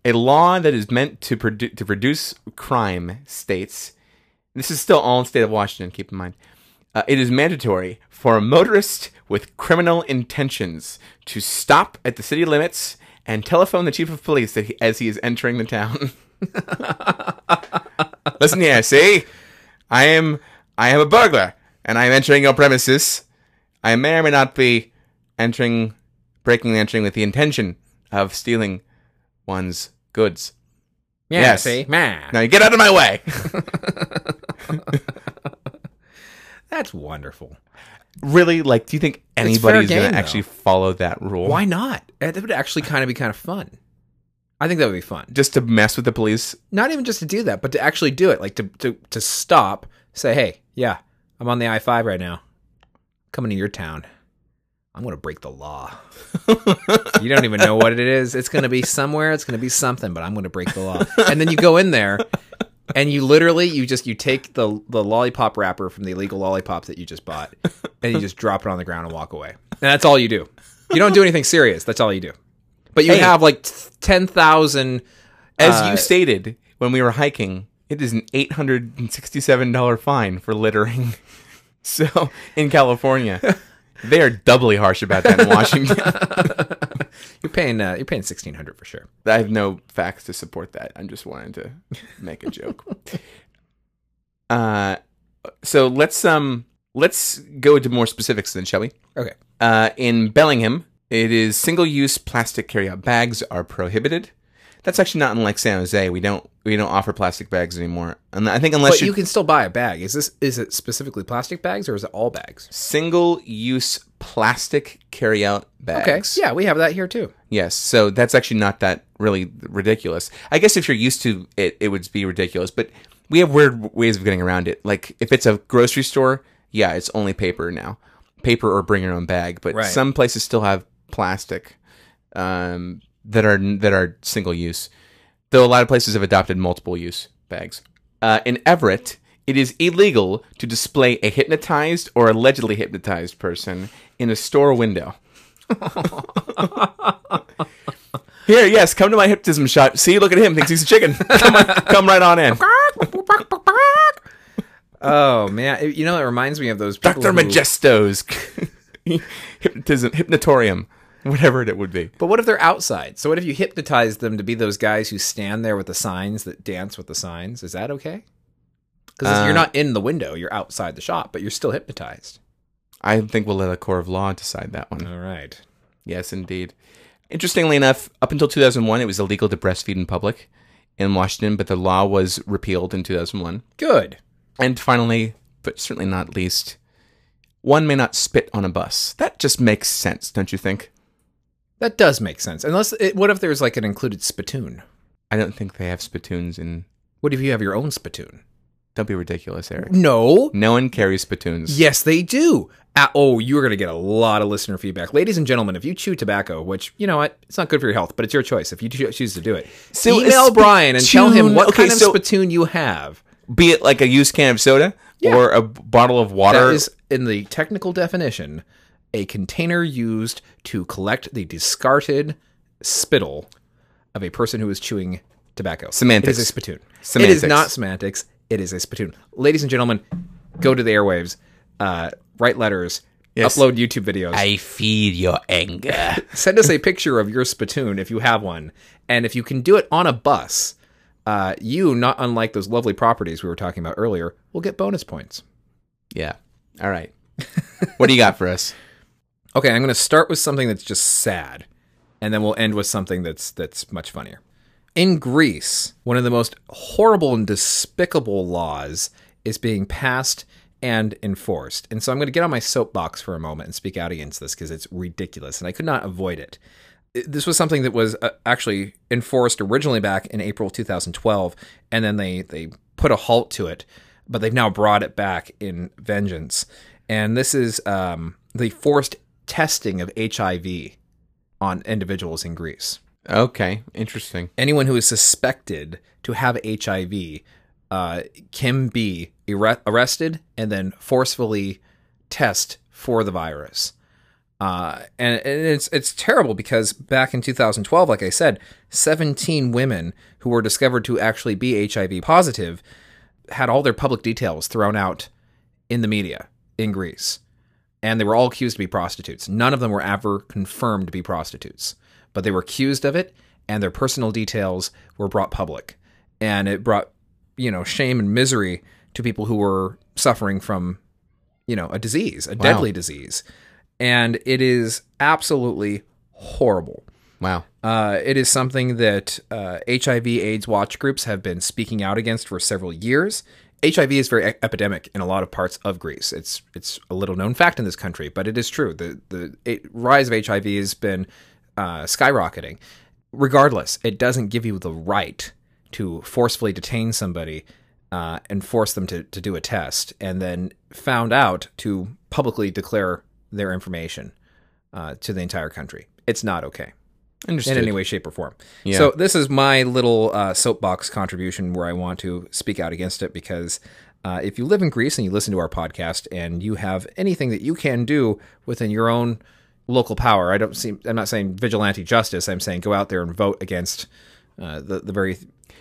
A: A law that is meant to produ- to reduce crime states. This is still all in the state of Washington. Keep in mind, uh, it is mandatory for a motorist with criminal intentions to stop at the city limits and telephone the chief of police that he, as he is entering the town. Listen here, see, I am I am a burglar and I am entering your premises. I may or may not be entering, breaking and entering with the intention of stealing one's goods.
C: Yeah,
A: Yes.
C: see, man,
A: Now you get out of my way.
C: that's wonderful.
A: really, like, do you think
C: fair
A: anybody's going
C: game,
A: to
C: though.
A: actually follow that rule?
C: Why not? That would actually kind of be kind of fun. I think that would be fun.
A: Just to mess with the police?
C: Not even just to do that, but to actually do it, like to to to stop, say, hey, yeah, I'm on the I five right now, coming to your town. I'm gonna break the law. you don't even know what it is. It's gonna be somewhere. It's gonna be something, but I'm gonna break the law. And then you go in there, and you literally you just you take the the lollipop wrapper from the illegal lollipop that you just bought, and you just drop it on the ground and walk away. And that's all you do. You don't do anything serious. That's all you do. But you
A: Hey.
C: have like ten thousand
A: As
C: Uh,
A: you stated when we were hiking, it is an eight hundred and sixty-seven dollar fine for littering. So in California, they are doubly harsh about that in Washington.
C: You're paying uh, you're paying sixteen hundred for sure.
A: I have no facts to support that. I'm just wanting to make a joke. uh, so let's um let's go into more specifics then, shall we?
C: Okay.
A: Uh, in Bellingham, it is single-use plastic carryout bags are prohibited. That's actually not unlike San Jose. We don't we don't offer plastic bags anymore. And I think unless
C: But you
A: you
C: can still buy a bag. Is this is it specifically plastic bags or is it all bags?
A: single-use plastic carryout bags.
C: Okay. Yeah, we have that here too.
A: Yes. So that's actually not that really ridiculous. I guess if you're used to it, it would be ridiculous. But we have weird ways of getting around it. Like if it's a grocery store, yeah, it's only paper now, paper or bring your own bag. But
C: Right.
A: some places still have plastic um, that are that are single use. Though a lot of places have adopted multiple use bags. Uh, in Everett, it is illegal to display a hypnotized or allegedly hypnotized person in a store window. Here, yes, come to my hypnotism shop. See, look at him, thinks he's a chicken. Come, on, come right on in.
C: Oh man, It- you know it reminds me of those people
A: Dr.
C: who-
A: Majesto's hypnotism, hypnotorium, whatever it would be.
C: But what if they're outside? So what if you hypnotize them to be those guys who stand there with the signs that dance with the signs? Is that okay? Because
A: Uh,
C: you're not in the window, you're outside the shop, but you're still hypnotized.
A: I think we'll let a court of law decide that one.
C: All right.
A: Yes, indeed. Interestingly enough, up until 2001, it was illegal to breastfeed in public in Washington, but the law was repealed in 2001.
C: Good.
A: And finally, but certainly not least, one may not spit on a bus. That just makes sense, don't you think?
C: That does make sense. Unless it, what if there's like an included spittoon?
A: I don't think they have spittoons in.
C: What if you have your own spittoon?
A: Don't be ridiculous, Eric.
C: No.
A: No one carries spittoons.
C: Yes, they do. Ah, oh, you're going to get a lot of listener feedback. Ladies and gentlemen, if you chew tobacco, which, you know what, it's not good for your health, but it's your choice if you cho- choose to do it.
A: So a
C: Email Brian and tell him
A: spittoon-
C: what
A: okay,
C: kind of
A: so-
C: spittoon you have.
A: Be it like a used can of soda or a b- bottle of water.
C: That is, in the technical definition, a container used to collect the discarded spittle of a person who is chewing tobacco.
A: Semantics.
C: It is a spittoon.
A: Semantics.
C: It is not semantics. It is a spittoon. Ladies and gentlemen, go to the airwaves, uh, write letters,
A: Yes.
C: upload YouTube videos.
A: I feel your anger.
C: Send us a picture of your spittoon if you have one. And if you can do it on a bus, uh, you, not unlike those lovely properties we were talking about earlier, will get bonus points.
A: yeah. All right. what do you got for us?
C: Okay, I'm going to start with something that's just sad, and then we'll end with something that's that's much funnier. In Greece, one of the most horrible and despicable laws is being passed and enforced. And so I'm going to get on my soapbox for a moment and speak out against this because it's ridiculous and I could not avoid it. This was something that was uh, actually enforced originally back in April 2012 and then they they put a halt to it, but they've now brought it back in vengeance. And this is um, the forced testing of HIV on individuals in Greece
A: Okay. Interesting.
C: anyone who is suspected to have HIV uh, can be arre- arrested and then forcefully test for the virus. Uh, and, and it's it's terrible because back in 2012, like I said, 17 women who were discovered to actually be HIV positive had all their public details thrown out in the media in Greece and they were all accused to be prostitutes. None of them were ever confirmed to be prostitutes, but they were accused of it, and their personal details were brought public, and it brought you know shame and misery to people who were suffering from you know a disease, a deadly disease, and it is absolutely horrible.
A: Wow.
C: Uh, it is something that uh, HIV AIDS watch groups have been speaking out against for several years. HIV is very e- epidemic in a lot of parts of Greece. It's it's a little known fact in this country, but it is true. The the it, rise of HIV has been uh, skyrocketing. Regardless, it doesn't give you the right to forcefully detain somebody uh, and force them to, to do a test, and then found out to publicly declare their information uh, to the entire country. It's not okay
A: Understood.
C: in any way, shape, or form.
A: Yeah.
C: So this is my little uh, soapbox contribution where I want to speak out against it because uh, if you live in Greece and you listen to our podcast and you have anything that you can do within your own local power, I don't seem I'm not saying vigilante justice. I'm saying go out there and vote against uh, the the very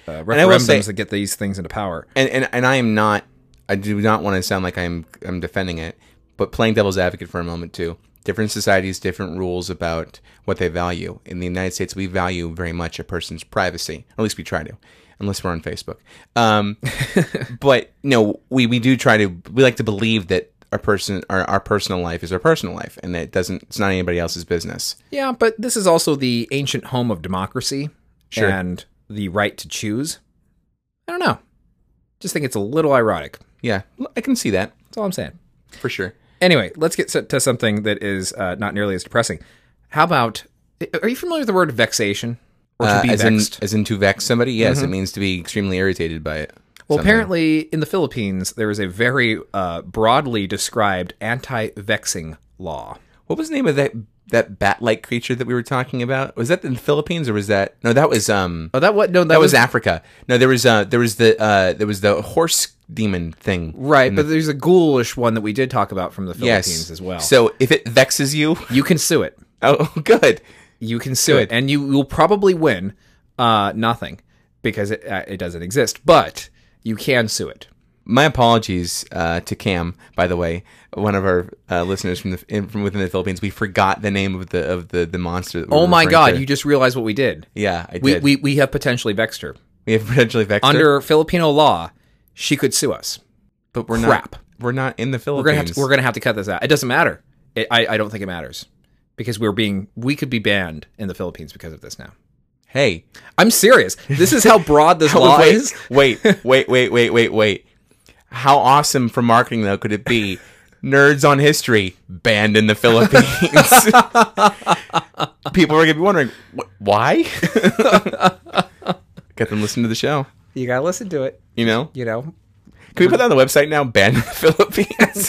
C: uh,
A: I will
C: referendums
A: say-
C: that get these things into power.
A: and and, and I am not. I do not want to sound like I'm I'm defending it, but playing devil's advocate for a moment too. Different societies, different rules about what they value. In the United States, we value very much a person's privacy. At least we try to, unless we're on Facebook. Um, but no, we we do try to. We like to believe that our person, our, our personal life is our personal life, and that it doesn't. It's not anybody else's business.
C: Yeah, but this is also the ancient home of democracy
A: Sure.
C: and the right to choose. I don't know. Just think it's a little ironic.
A: Yeah, I can see that
C: That's all I'm saying.
A: for sure.
C: Anyway, let's get s- to something that is uh, not nearly as depressing. How about? Are you familiar with the word vexation or to
A: Uh,
C: be
A: as
C: vexed? Mm-hmm.
A: in as in to vex somebody. Yes, it means to be extremely irritated by it.
C: Well,
A: Something.
C: apparently in the Philippines, there is a very uh, broadly described anti-vexing law.
A: What was the name of that that bat-like creature that we were talking about? Was that in the Philippines or was that no? That was um.
C: Oh, that what? No, that,
A: that was Africa. No, there was uh there was the uh there was the horse demon thing.
C: right. But there's a ghoulish one that we did talk about from the Philippines
A: Hmm. Yes.
C: as well.
A: So if it vexes you,
C: you can sue it.
A: oh good.
C: You can sue it, and you will probably win uh, nothing because it uh, it doesn't exist. But you can sue it.
A: My apologies uh, to Cam, by the way, one of our uh, listeners from the in, from within the Philippines. We forgot the name of the of the the monster. That we
C: Oh
A: were
C: my
A: referring
C: God!
A: to.
C: You just realized what we did.
A: yeah, I
C: We,
A: did. We,
C: we we have potentially vexed her
A: have potentially vexed her,
C: under Filipino law. She could sue us.
A: but we're
C: crap.
A: not. We're not in the Philippines.
C: We're gonna have to, we're gonna have to cut this out. It doesn't matter. It, I I don't think it matters because we're being we could be banned in the Philippines because of this now.
A: hey,
C: I'm serious. This is how broad this law is.
A: wait, wait, wait, wait, wait, wait, wait. How awesome for marketing though could it be? Nerds on history banned in the Philippines. People are gonna be wondering "Wh- why. Get them listen to the show.
C: You gotta listen to it.
A: You know,
C: You know.
A: can we put that on the website now? Banned in the Philippines.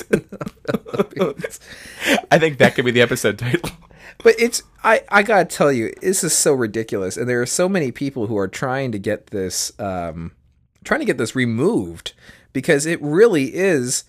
A: I think that could be the episode title.
C: But it's I I gotta tell you, this is so ridiculous, and there are so many people who are trying to get this um trying to get this removed because it really is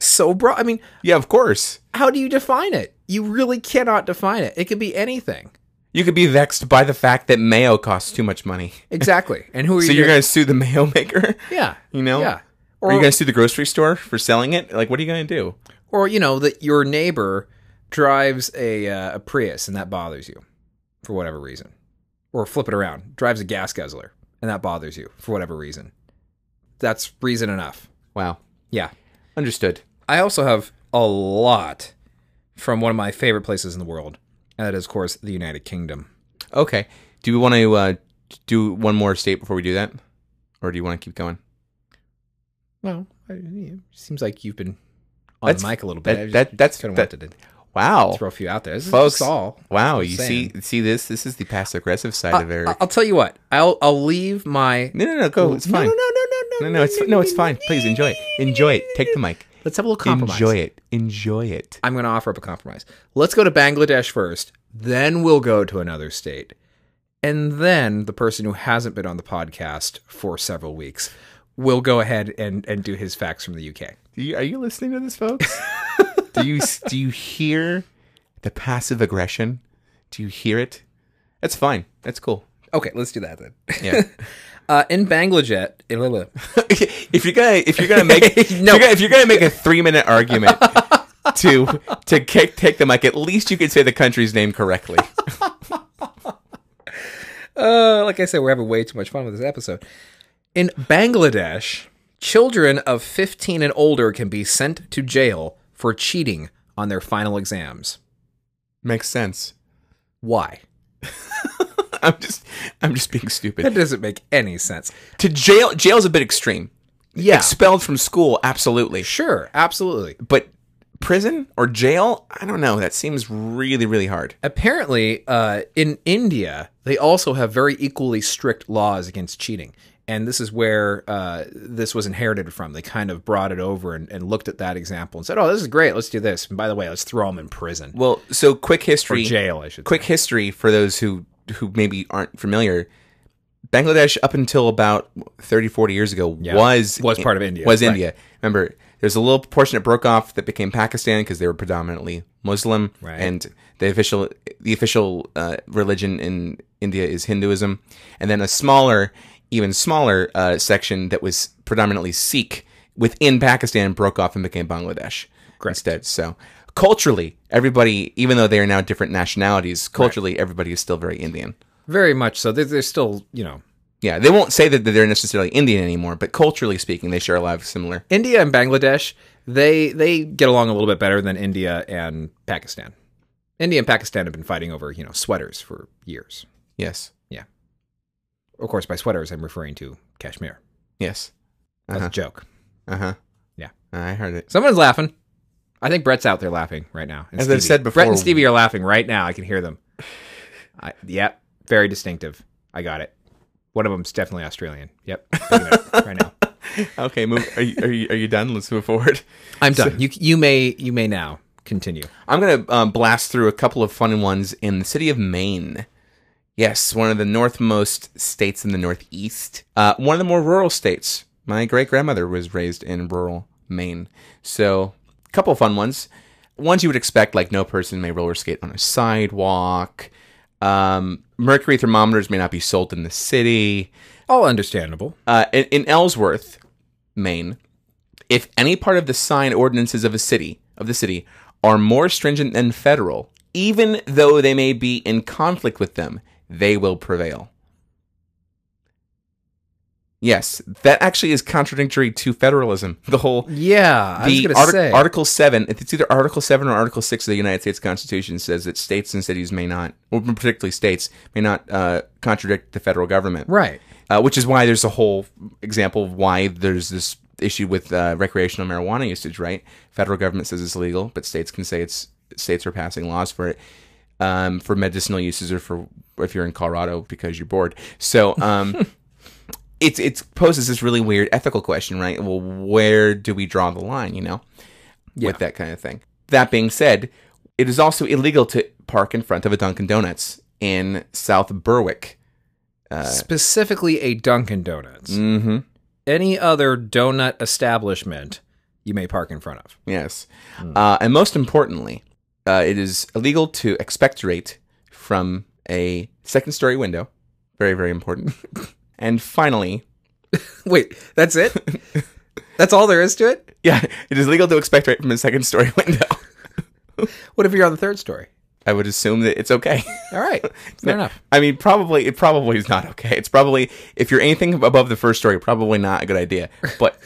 C: so broad. I mean,
A: Yeah, of course.
C: how do you define it? You really cannot define it. It could be anything.
A: You could be vexed by the fact that mayo costs too much money.
C: Exactly. And who are
A: So
C: you?
A: you're gonna sue the mayo maker?
C: yeah.
A: You know?
C: Yeah.
A: Are you going to sue the grocery store for selling it? Like, what are you going to do?
C: or you know that your neighbor drives a uh, a Prius and that bothers you for whatever reason, or flip it around, drives a gas guzzler and that bothers you for whatever reason. That's reason enough.
A: Wow.
C: Yeah.
A: Understood.
C: I also have a lot from one of my favorite places in the world, and that is, of course, the United Kingdom.
A: Okay. Do we want to uh, do one more state before we do that? Or do you want to keep going?
C: Well, I- it seems like you've been on
A: That's-
C: the mic a little bit.
A: That, that, that's
C: kind of
A: that,
C: wanted to
A: Wow.
C: throw a few out there. This is
A: Folks,
C: just all.
A: Wow.
C: Just
A: You
C: saying.
A: see see this? This is the past aggressive side of Eric.
C: I'll tell you what. I'll I'll leave my
A: no, no, no. Go. It's fine.
C: No, no, no, Oh, no,
A: no, no, it's no, it's fine. Please enjoy it. Enjoy it. Take the mic.
C: Let's have a little compromise.
A: Enjoy it. Enjoy it.
C: I'm going to offer up a compromise. Let's go to Bangladesh first, then we'll go to another state, and then the person who hasn't been on the podcast for several weeks will go ahead and and do his facts from the UK.
A: Do you, are you listening to this, folks? do you do you hear the passive aggression? Do you hear it? That's fine. That's cool.
C: Okay, let's do that then.
A: Yeah.
C: Uh, in Bangladesh, in Lila-
A: if you're gonna if you're gonna make
C: No.
A: if, you're gonna, if you're gonna make a three minute argument to to kick, take the mic, at least you could say the country's name correctly.
C: uh, like I said, we're having way too much fun with this episode. In Bangladesh, children of 15 and older can be sent to jail for cheating on their final exams.
A: Makes sense.
C: Why?
A: I'm just I'm just being
C: That
A: stupid.
C: doesn't make any sense.
A: To jail jail's a bit extreme.
C: Yeah.
A: Expelled from school, absolutely.
C: Sure, absolutely.
A: But prison or jail? I don't know. That seems really, really hard.
C: Apparently, uh, in India, they also have very equally strict laws against cheating. And this is where uh, this was inherited from. They kind of brought it over and, and looked at that example and said, oh, this is great. Let's do this. And by the way, let's throw them in prison.
A: Well, so quick
C: or
A: history.
C: jail, I should
A: quick history for those who who maybe aren't familiar bangladesh up until about 30 40 years ago was
C: Was part of India,
A: was
C: right.
A: india remember There's a little portion that broke off that became Pakistan because they were predominantly Muslim,
C: Right.
A: and the official the official uh, religion in India is Hinduism, and then a smaller, even smaller uh, section that was predominantly Sikh within Pakistan broke off and became Bangladesh instead. So culturally, everybody, even though they are now different nationalities, culturally everybody is still very Indian.
C: Very much so. They're, they're still, you know,
A: Yeah, they won't say that they're necessarily Indian anymore, but culturally speaking, they share a lot of similar.
C: India and Bangladesh, they they get along a little bit better than India and Pakistan. India and Pakistan have been fighting over, you know, sweaters for years.
A: Yes,
C: Of course, by sweaters I'm referring to Kashmir.
A: yes.
C: That's
A: Uh-huh.
C: a joke.
A: Uh huh.
C: Yeah.
A: I heard it.
C: Someone's laughing. I think Brett's out there laughing right now. and
A: As I've
C: Stevie.
A: said before-
C: Brett and Stevie are laughing right now. I can hear them. I, yep, very distinctive. I got it. One of them's definitely Australian. Yep, picking it up right now.
A: Okay, move. Are you, are you are you done? Let's move forward.
C: I'm done. you you may you may now continue.
A: I'm gonna um, blast through a couple of fun ones in the city of Maine. Yes, one of the northmost states in the Northeast. Uh, one of the more rural states. My great grandmother was raised in rural Maine. So, a couple of fun ones. Ones you would expect, like no person may roller skate on a sidewalk. Um, mercury thermometers may not be sold in the city.
C: All understandable.
A: Uh, in, in Ellsworth, Maine, if any part of the sign ordinances of a city of the city are more stringent than federal, even though they may be in conflict with them, they will prevail. Yes, that actually is contradictory to federalism. The whole
C: Yeah, I was
A: the
C: gonna
A: artic-
C: say.
A: Article Seven. It's either Article Seven or Article Six of the United States Constitution says that states and cities may not, or particularly states, may not uh, contradict the federal government
C: right.
A: uh, which is why there's a whole example of why there's this issue with uh, recreational marijuana usage. Right, federal government says it's legal, but states can say it's states are passing laws for it um, for medicinal uses or for if you're in Colorado because you're bored. So. Um, It's it poses this really weird ethical question, right? Well, where do we draw the line, you know, with that kind of thing? That being said, it is also illegal to park in front of a Dunkin' Donuts in South Berwick.
C: Specifically, a Dunkin' Donuts.
A: Mm-hmm.
C: Any other donut establishment you may park in front of.
A: Yes.
C: Hmm.
A: Uh, and most importantly, uh, it is illegal to expectorate from a second story window. Very, very important. and finally,
C: Wait, that's it. that's all there is to it.
A: yeah, it is illegal to expectorate from a second story window.
C: What if you're on the third story?
A: I would assume that it's okay.
C: All right, fair enough.
A: I mean, probably it probably is not okay. It's probably if you're anything above the first story, probably not a good idea. But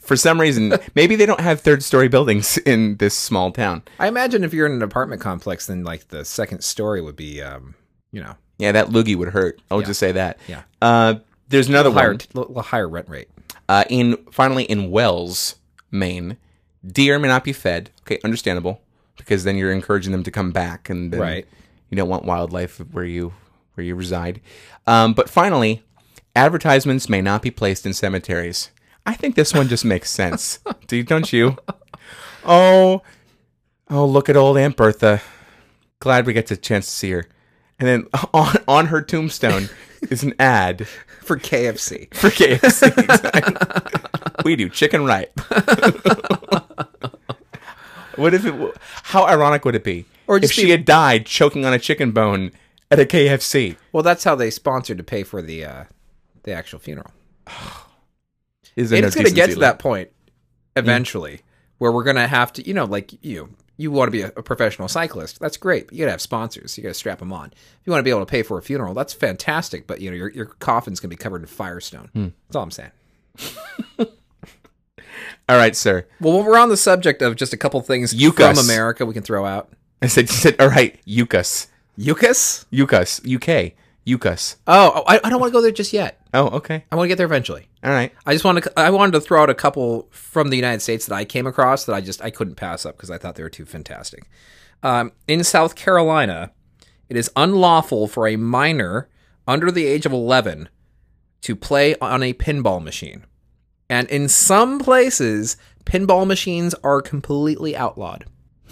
A: for some reason, maybe they don't have third story buildings in this small town.
C: I imagine if you're in an apartment complex, then like the second story would be, um, you know,
A: Yeah, that loogie would hurt. I'll just say that.
C: Yeah.
A: Uh, there's another
C: higher,
A: one.
C: t- little higher rent rate.
A: Uh, in finally in Wells, Maine, deer may not be fed. Okay, understandable because then you're encouraging them to come back, and then
C: Right.
A: you don't want wildlife where you where you reside. Um, but finally, advertisements may not be placed in cemeteries. I think this one just makes sense. Do you, don't you? Oh, oh, look at old Aunt Bertha. Glad we get the chance to see her. And then on on her tombstone is an ad
C: For KFC.
A: for KFC. Exactly. we do chicken right. what if it? w- How ironic would it be
C: Or
A: if
C: just
A: she
C: be-
A: had died choking on a chicken bone at a KFC?
C: Well, that's how they sponsored to pay for the uh, the actual funeral.
A: Is
C: and
A: no
C: it's going to get
A: decency
C: to
A: left?
C: that point eventually where we're going to have to, you know, like you, you want to be a, a professional cyclist. That's great. But you got to have sponsors. You got to strap them on. If you want to be able to pay for a funeral, that's fantastic. But, you know, your, your coffin's going to be covered in firestone.
A: Hmm.
C: That's all I'm saying.
A: All right, sir.
C: Well, when we're on the subject of just a couple things
A: Yuccas.
C: from America we can throw out.
A: I said, you said all right, Yukas,
C: Yucas?
A: Yukas, UK, Yukas.
C: Oh, oh, I, I don't want to go there just yet.
A: Oh, okay.
C: I want to get there eventually.
A: All right.
C: I just wanted to, I wanted to throw out a couple from the United States that I came across that I just I couldn't pass up because I thought they were too fantastic. Um, in South Carolina, it is unlawful for a minor under the age of 11 to play on a pinball machine. And in some places, pinball machines are completely outlawed.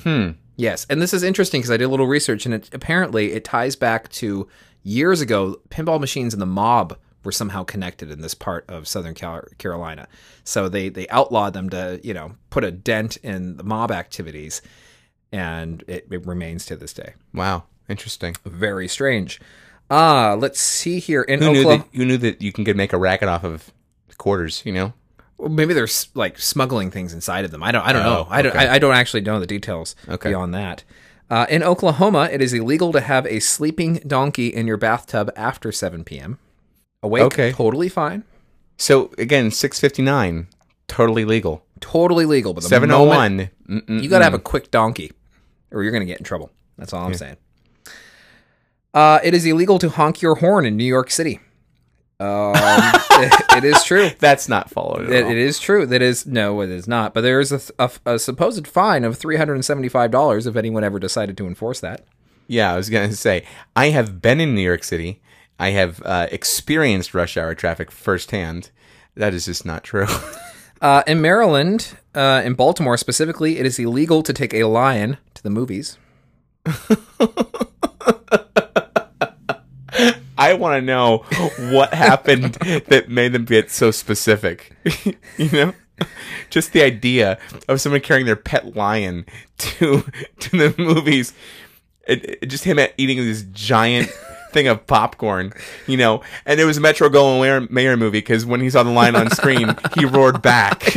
A: Hmm.
C: Yes, and this is interesting because I did a little research, and it, apparently it ties back to years ago. Pinball machines and the mob were somehow connected in this part of Southern Cal- Carolina. So they they outlawed them to you know put a dent in the mob activities, and it, it remains to this day.
A: Wow, interesting.
C: Very strange. Ah, let's see here in
A: Who knew
C: Oklahoma.
A: that? Who knew that you can get make a racket off of quarters? You know,
C: Well, maybe they're s- like smuggling things inside of them. I don't. I don't know.
A: Oh,
C: I don't.
A: okay.
C: I, I don't actually know the details
A: Okay.
C: beyond that. Uh, in Oklahoma, it is illegal to have a sleeping donkey in your bathtub after 7 p.m. Awake,
A: Okay.
C: totally fine,
A: so again, six fifty nine, totally legal.
C: totally legal. But the
A: Seven oh
C: moment-
A: one. Mm.
C: you got to have a quick donkey, or you're going to get in trouble. That's all I'm saying. Uh, it is illegal to honk your horn in New York City. Um, it is true.
A: That's not followed. At
C: It,
A: all.
C: it is true. That is no, it is not. But there is a, th- a f- a supposed fine of three hundred and seventy-five dollars if anyone ever decided to enforce that.
A: Yeah, I was gonna say I have been in New York City. I have uh, experienced rush hour traffic firsthand. That is just not true.
C: Uh, in Maryland, uh, in Baltimore specifically, it is illegal to take a lion to the movies.
A: I want to know what happened that made them get so specific. you know, just the idea of someone carrying their pet lion to to the movies. It, it- just him at eating this giant thing of popcorn, you know. And it was a Metro Goldwyn Mayer, Mayer movie because when he saw the lion on screen, he roared back.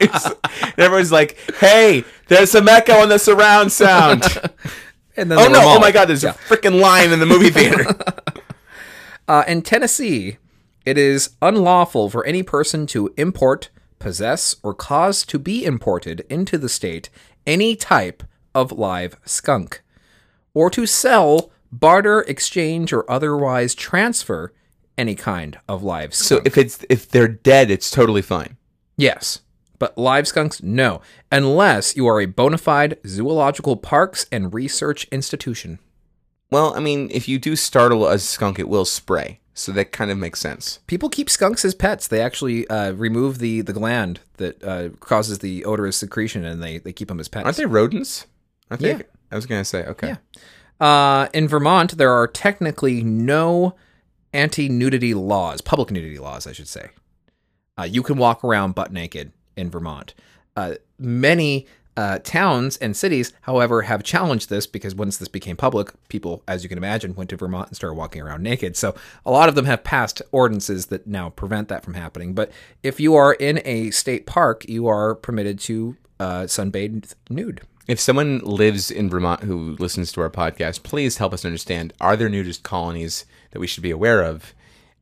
A: It's- and everyone's like, "Hey, there's some echo on the surround sound."
C: And then
A: oh
C: the
A: no! Oh
C: Ramal.
A: my God! There's a freaking lion in the movie theater.
C: Uh, in Tennessee, it is unlawful for any person to import, possess, or cause to be imported into the state any type of live skunk, or to sell, barter, exchange, or otherwise transfer any kind of live skunk.
A: So if it's if they're dead, it's totally fine.
C: Yes. But live skunks, no. Unless you are a bona fide zoological parks and research institution.
A: Well, I mean, if you do startle a skunk, it will spray. So that kind of makes sense.
C: People keep skunks as pets. They actually uh, remove the, the gland that uh, causes the odorous secretion and they, they keep them as pets.
A: Aren't they rodents? Aren't
C: Yeah.
A: they? I was gonna say okay.
C: Yeah. Uh, in Vermont, there are technically no anti nudity laws, public nudity laws, I should say. Uh, you can walk around butt naked in Vermont. Uh, many uh, towns and cities, however, have challenged this because once this became public, people, as you can imagine, went to Vermont and started walking around naked. So a lot of them have passed ordinances that now prevent that from happening. But if you are in a state park, you are permitted to uh, sunbathe nude.
A: If someone lives in Vermont who listens to our podcast, please help us understand: Are there nudist colonies that we should be aware of?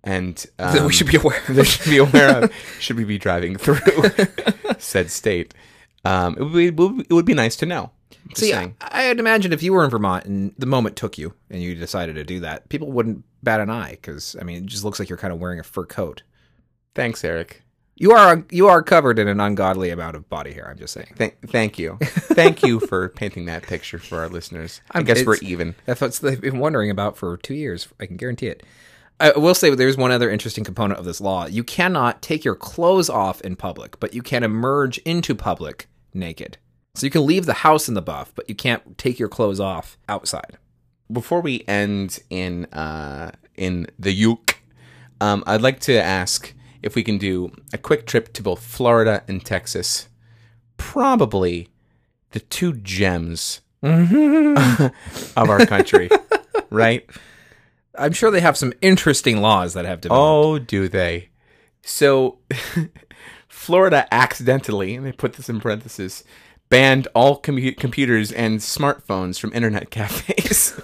A: And um,
C: that we should be aware
A: that we should be aware of. Should we be driving through said state? Um, it would be, it would be nice to know. Just
C: See,
A: saying.
C: I, I'd imagine if you were in Vermont and the moment took you and you decided to do that, people wouldn't bat an eye because I mean, it just looks like you're kind of wearing a fur coat.
A: Thanks, Eric.
C: You are you are covered in an ungodly amount of body hair. I'm just saying.
A: Thank, thank you. Thank you for painting that picture for our listeners. I
C: I'm-
A: guess we're
C: it's-
A: even.
C: That's what they've been wondering about for two years. I can guarantee it. I will say there's one other interesting component of this law. You cannot take your clothes off in public, but you can emerge into public naked. So you can leave the house in the buff, but you can't take your clothes off outside.
A: Before we end in uh, in the uke, um, I'd like to ask if we can do a quick trip to both Florida and Texas. Probably the two gems
C: Mm-hmm.
A: of our country, right?
C: I'm sure they have some interesting laws that have developed.
A: Oh, do they? So, Florida accidentally, and they put this in parentheses, banned all commu- computers and smartphones from internet cafes.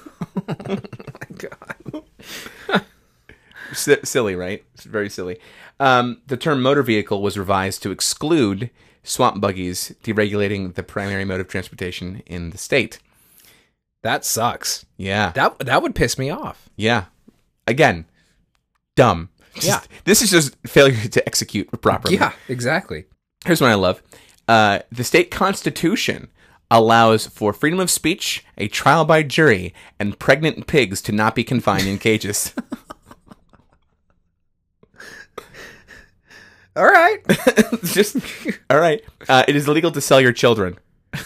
A: S- silly, right? It's very silly. Um, the term motor vehicle was revised to exclude swamp buggies, deregulating the primary mode of transportation in the state.
C: That sucks.
A: Yeah.
C: That that would piss me off.
A: Yeah. Again, dumb. Just-
C: Yeah.
A: This is just failure to execute properly.
C: Yeah, exactly.
A: Here's one I love. Uh, the state constitution allows for freedom of speech, a trial by jury, and pregnant pigs to not be confined in cages.
C: All right.
A: It's just all right. Uh, it is illegal to sell your children.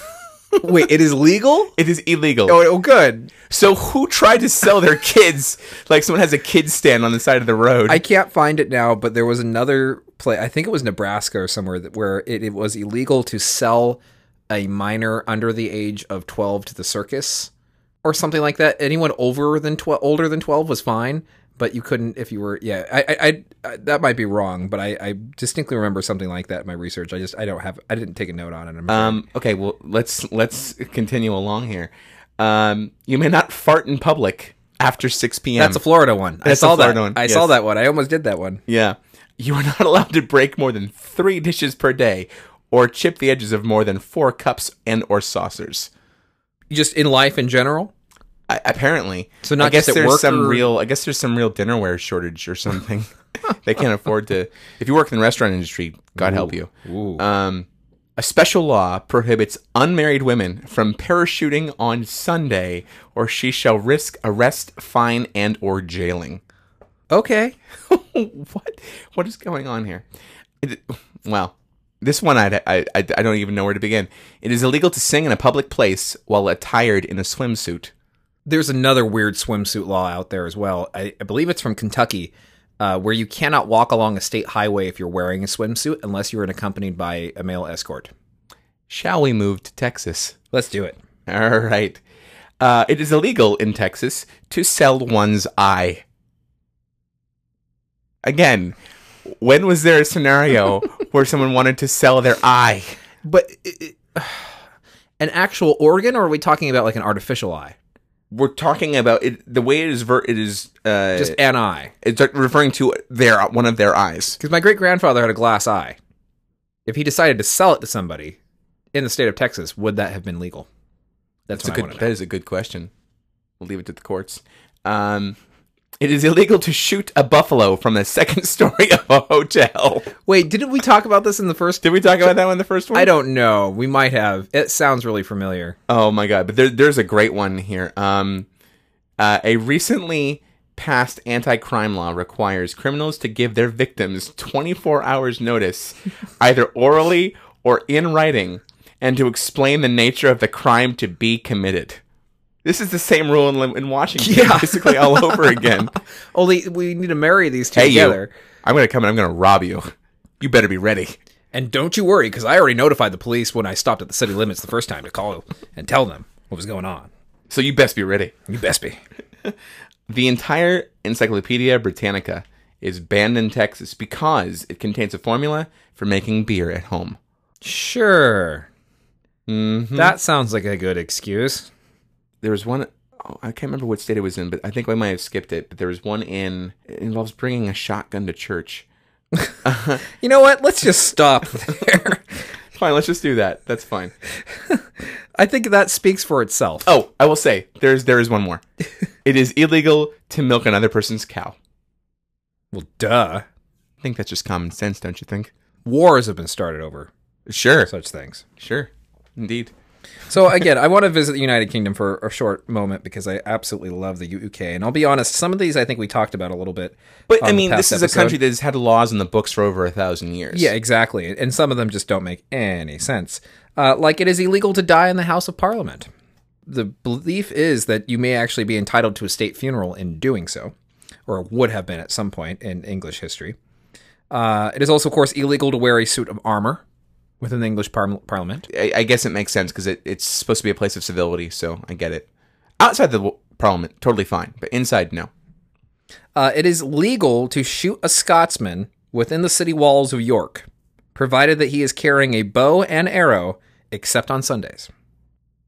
C: Wait, it is legal?
A: It is illegal.
C: Oh, oh, good.
A: So who tried to sell their kids? Like someone has a kid stand on the side of the road.
C: I can't find it now, but there was another play. I think it was Nebraska or somewhere that, where it, it was illegal to sell a minor under the age of 12 to the circus or something like that. Anyone over than 12, older than 12 was fine, but you couldn't if you were. Yeah, I, I, I, I that might be wrong, but I, I distinctly remember something like that in my research. I just I don't have I didn't take a note on it. I'm
A: um, okay, well let's let's continue along here. Um, you may not fart in public after 6 p.m.
C: That's a Florida one. I
A: That's a
C: saw that
A: Florida
C: one.
A: one,
C: I saw
A: yes.
C: that one. I almost did that one.
A: yeah. You are not allowed to break more than three dishes per day, or chip the edges of more than four cups and or saucers.
C: Just in life in general.
A: I, apparently,
C: So not
A: I guess
C: just at
A: there's
C: work
A: some
C: or-
A: real. I guess there's some real dinnerware shortage or something. they can't afford to. If you work in the restaurant industry, God help you.
C: Ooh.
A: Um, a special law prohibits unmarried women from parachuting on Sunday, or she shall risk arrest, fine, and or jailing.
C: Okay.
A: what? What is going on here? It, wow. This one I'd, I, I I don't even know where to begin. It is illegal to sing in a public place while attired in a swimsuit.
C: there's another weird swimsuit law out there as well. I, I believe it's from Kentucky, uh, where you cannot walk along a state highway if you're wearing a swimsuit unless you're accompanied by a male escort.
A: Shall we move to Texas?
C: Let's do it.
A: All right. Uh, it is illegal in Texas to sell one's eye. Again, when was there a scenario where someone wanted to sell their eye?
C: But it, it- an actual organ, or are we talking about like an artificial eye?
A: We're talking about it. The way it is, ver- it is uh,
C: Just an eye.
A: it's referring to their one of their eyes.
C: Because my great grandfather had a glass eye. If he decided to sell it to somebody in the state of Texas, would that have been legal? That's,
A: That's
C: what
A: a
C: I
A: good.
C: want to
A: That
C: know.
A: is a good question. We'll leave it to the courts. Um, it is illegal to shoot a buffalo from the second story of a hotel.
C: Wait, didn't we talk about this in the first?
A: Did we talk about that one in the first one?
C: I don't know. We might have. It sounds really familiar.
A: Oh my god! But there, there's a great one here. Um, uh, a recently passed anti-crime law requires criminals to give their victims 24 hours notice, either orally or in writing, and to explain the nature of the crime to be committed. This is the same rule in, in Washington,
C: Yeah.
A: basically all over again.
C: Only we need to marry these two
A: hey,
C: together.
A: you! I'm gonna come and I'm gonna rob you. You better be ready.
C: And don't you worry, because I already notified the police when I stopped at the city limits the first time to call and tell them what was going on.
A: So you best be ready.
C: You best be.
A: The entire Encyclopedia Britannica is banned in Texas because it contains a formula for making beer at home.
C: Sure. That sounds like a good excuse.
A: There was one, oh, I can't remember what state it was in, but I think I might have skipped it. But there was one in, it involves bringing a shotgun to church.
C: You know what? Let's just stop there.
A: Fine, let's just do that. That's fine.
C: I think that speaks for itself.
A: Oh, I will say, there's there is one more. it is illegal to milk another person's cow.
C: Well, duh.
A: I think that's just common sense, don't you think?
C: Wars have been started over
A: Sure,
C: such things.
A: sure, indeed.
C: So again, I want to visit the United Kingdom for a short moment because I absolutely love the UK. And I'll be honest, some of these I think we talked about a little bit.
A: But
C: on
A: I
C: the
A: mean,
C: past
A: this is
C: episode.
A: a country that has had laws in the books for over a thousand years.
C: Yeah, exactly. And some of them just don't make any sense. Uh, like it is illegal to die in the House of Parliament. The belief is that you may actually be entitled to a state funeral in doing so, or would have been at some point in English history. Uh, it is also, of course, illegal to wear a suit of armor within the English par- Parliament.
A: I, I guess it makes sense because it, it's supposed to be a place of civility, so I get it. Outside the w- parliament, totally fine, but inside, no.
C: Uh, it is legal to shoot a Scotsman within the city walls of York, provided that he is carrying a bow and arrow, except on Sundays.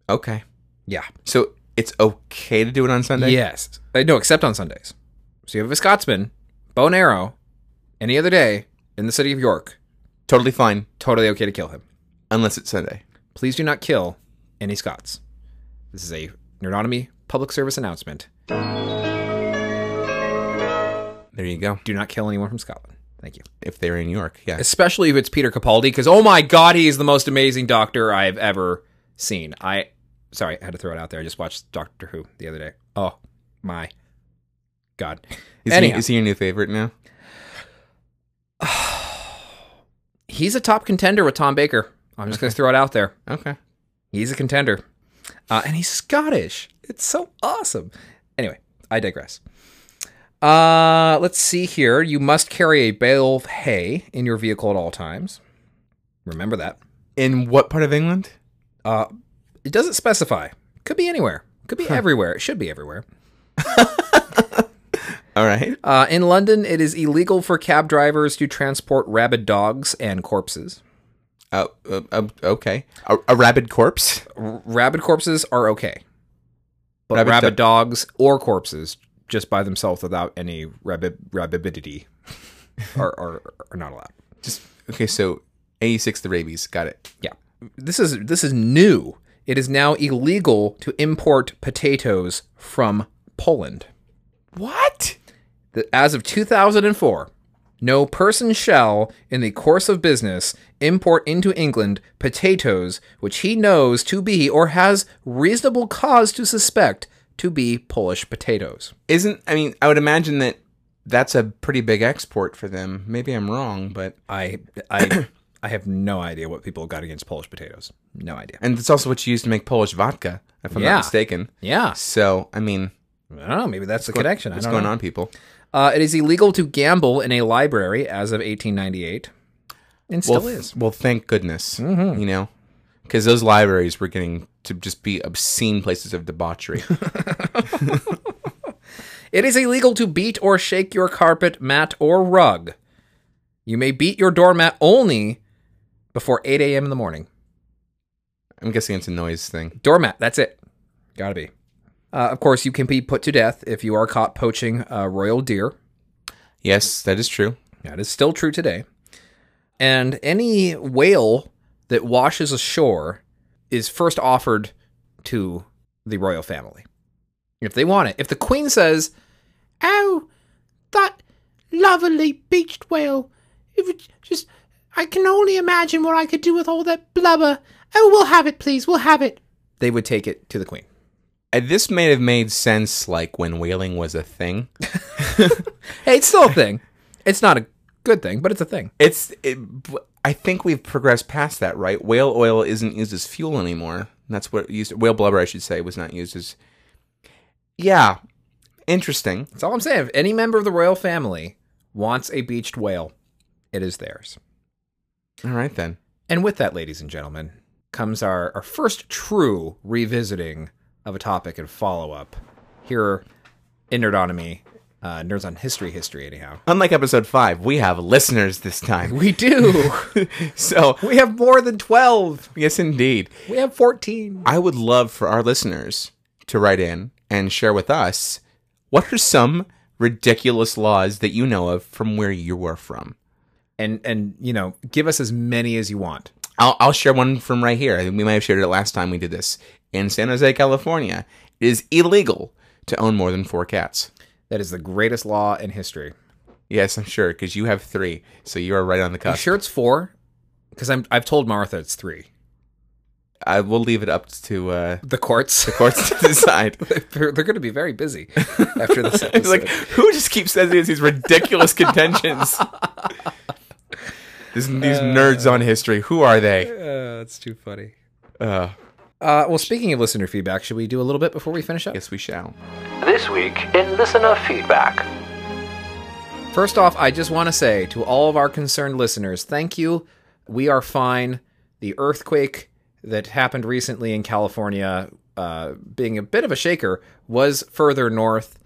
A: Okay,
C: Yeah.
A: so it's okay to do it on Sunday.
C: Yes. Uh, no, except on Sundays. So you have a Scotsman, bow and arrow, any other day in the city of York,
A: totally fine,
C: totally okay to kill him.
A: unless it's Sunday.
C: Please do not kill any Scots. This is a Nerdonomy public service announcement.
A: There you go.
C: Do not kill anyone from Scotland. Thank you.
A: If they're in York, yeah.
C: Especially if it's Peter Capaldi, because oh my god, he is the most amazing doctor I've ever seen. I sorry, I had to throw it out there. I just watched Doctor Who the other day. Oh my god.
A: Is, he,
C: Anyhow.
A: is he your new favorite now?
C: he's a top contender with Tom Baker. I'm just going to throw it out there.
A: Okay,
C: He's a contender. Uh, and he's Scottish. It's so awesome. Anyway, I digress. Uh, let's see here. You must carry a bale of hay in your vehicle at all times. Remember that.
A: In what part of England?
C: Uh, it doesn't specify. Could be anywhere. Could be everywhere. It should be everywhere.
A: All right.
C: Uh, in London, it is illegal for cab drivers to transport rabid dogs and corpses.
A: Uh, uh, uh, okay. A, a rabid corpse?
C: R- rabid corpses are okay, but
A: Rabid
C: rabid,
A: do-
C: dogs or corpses just by themselves without any rabid rabidity are, are are not allowed.
A: Just okay. So eighty-six, the rabies. Got it.
C: Yeah, this is this is new. It is now illegal to import potatoes from Poland.
A: What?
C: that as of 2004, no person shall, in the course of business, import into England potatoes which he knows to be or has reasonable cause to suspect to be Polish potatoes.
A: Isn't? I mean, I would imagine that that's a pretty big export for them. Maybe I'm wrong, but
C: I, I, I have no idea what people got against Polish potatoes. No idea.
A: and it's also what you use to make Polish vodka, if I'm
C: Yeah.
A: not mistaken.
C: Yeah,
A: So I mean,
C: I don't know. Maybe that's the connection.
A: what's
C: I don't
A: going
C: know.
A: on, people?
C: Uh, it is illegal to gamble in a library as of 1898, and still
A: well, th-
C: is. Mm-hmm.
A: Well, thank goodness. You know, because those libraries were getting to just be obscene places of debauchery.
C: It is illegal to beat or shake your carpet, mat, or rug. You may beat your doormat only before 8 a.m. in the morning.
A: I'm guessing it's a noise thing.
C: Doormat, that's it. Gotta be. Uh, of course, you can be put to death if you are caught poaching a royal deer.
A: Yes, that is true.
C: That is still true today. And any whale that washes ashore is first offered to the royal family. If they want it. If the queen says, Oh, that lovely beached whale, if it just, I can only imagine what I could do with all that blubber. Oh, we'll have it, please, we'll have it. They would take it to the queen.
A: Uh, This may have made sense, like when whaling was a thing.
C: Hey, it's still a thing. It's not a good thing, but it's a thing.
A: It's. It, b- I think we've progressed past that, right? Whale oil isn't used as fuel anymore. That's what it used. Whale blubber, I should say, was not used as. Yeah, interesting.
C: That's all I'm saying. If any member of the royal family wants a beached whale, it is theirs.
A: All right then.
C: And with that, ladies and gentlemen, comes our, our first true revisiting of a topic and follow up here in Nerdonomy, uh, Nerds on History, History, anyhow.
A: Unlike episode five, we have listeners this time.
C: We do.
A: so
C: we have more than 12.
A: yes, indeed.
C: We have 14.
A: I would love for our listeners to write in and share with us what are some ridiculous laws that you know of from where you are from.
C: And, and you know, give us as many as you want.
A: I'll, I'll share one from right here. I think we might have shared it last time we did this. In San Jose, California, it is illegal to own more than four cats.
C: That is the greatest law in history.
A: Yes, I'm sure, because you have three, so you are right on the
C: You
A: cusp.
C: sure it's four? Because I've told Martha it's three.
A: I will leave it up to uh,
C: The courts,
A: courts to decide.
C: they're, they're going to be very busy after this episode.
A: It's like, who just keeps saying these ridiculous contentions? This, these nerds on history, who are they?
C: Uh, that's too funny.
A: Uh,
C: Uh, well, speaking of listener feedback, should we do a little bit before we finish up?
A: yes, we shall.
D: This week in listener feedback.
C: First off, I just want to say to all of our concerned listeners, thank you. We are fine. The earthquake that happened recently in California, uh, being a bit of a shaker, was further north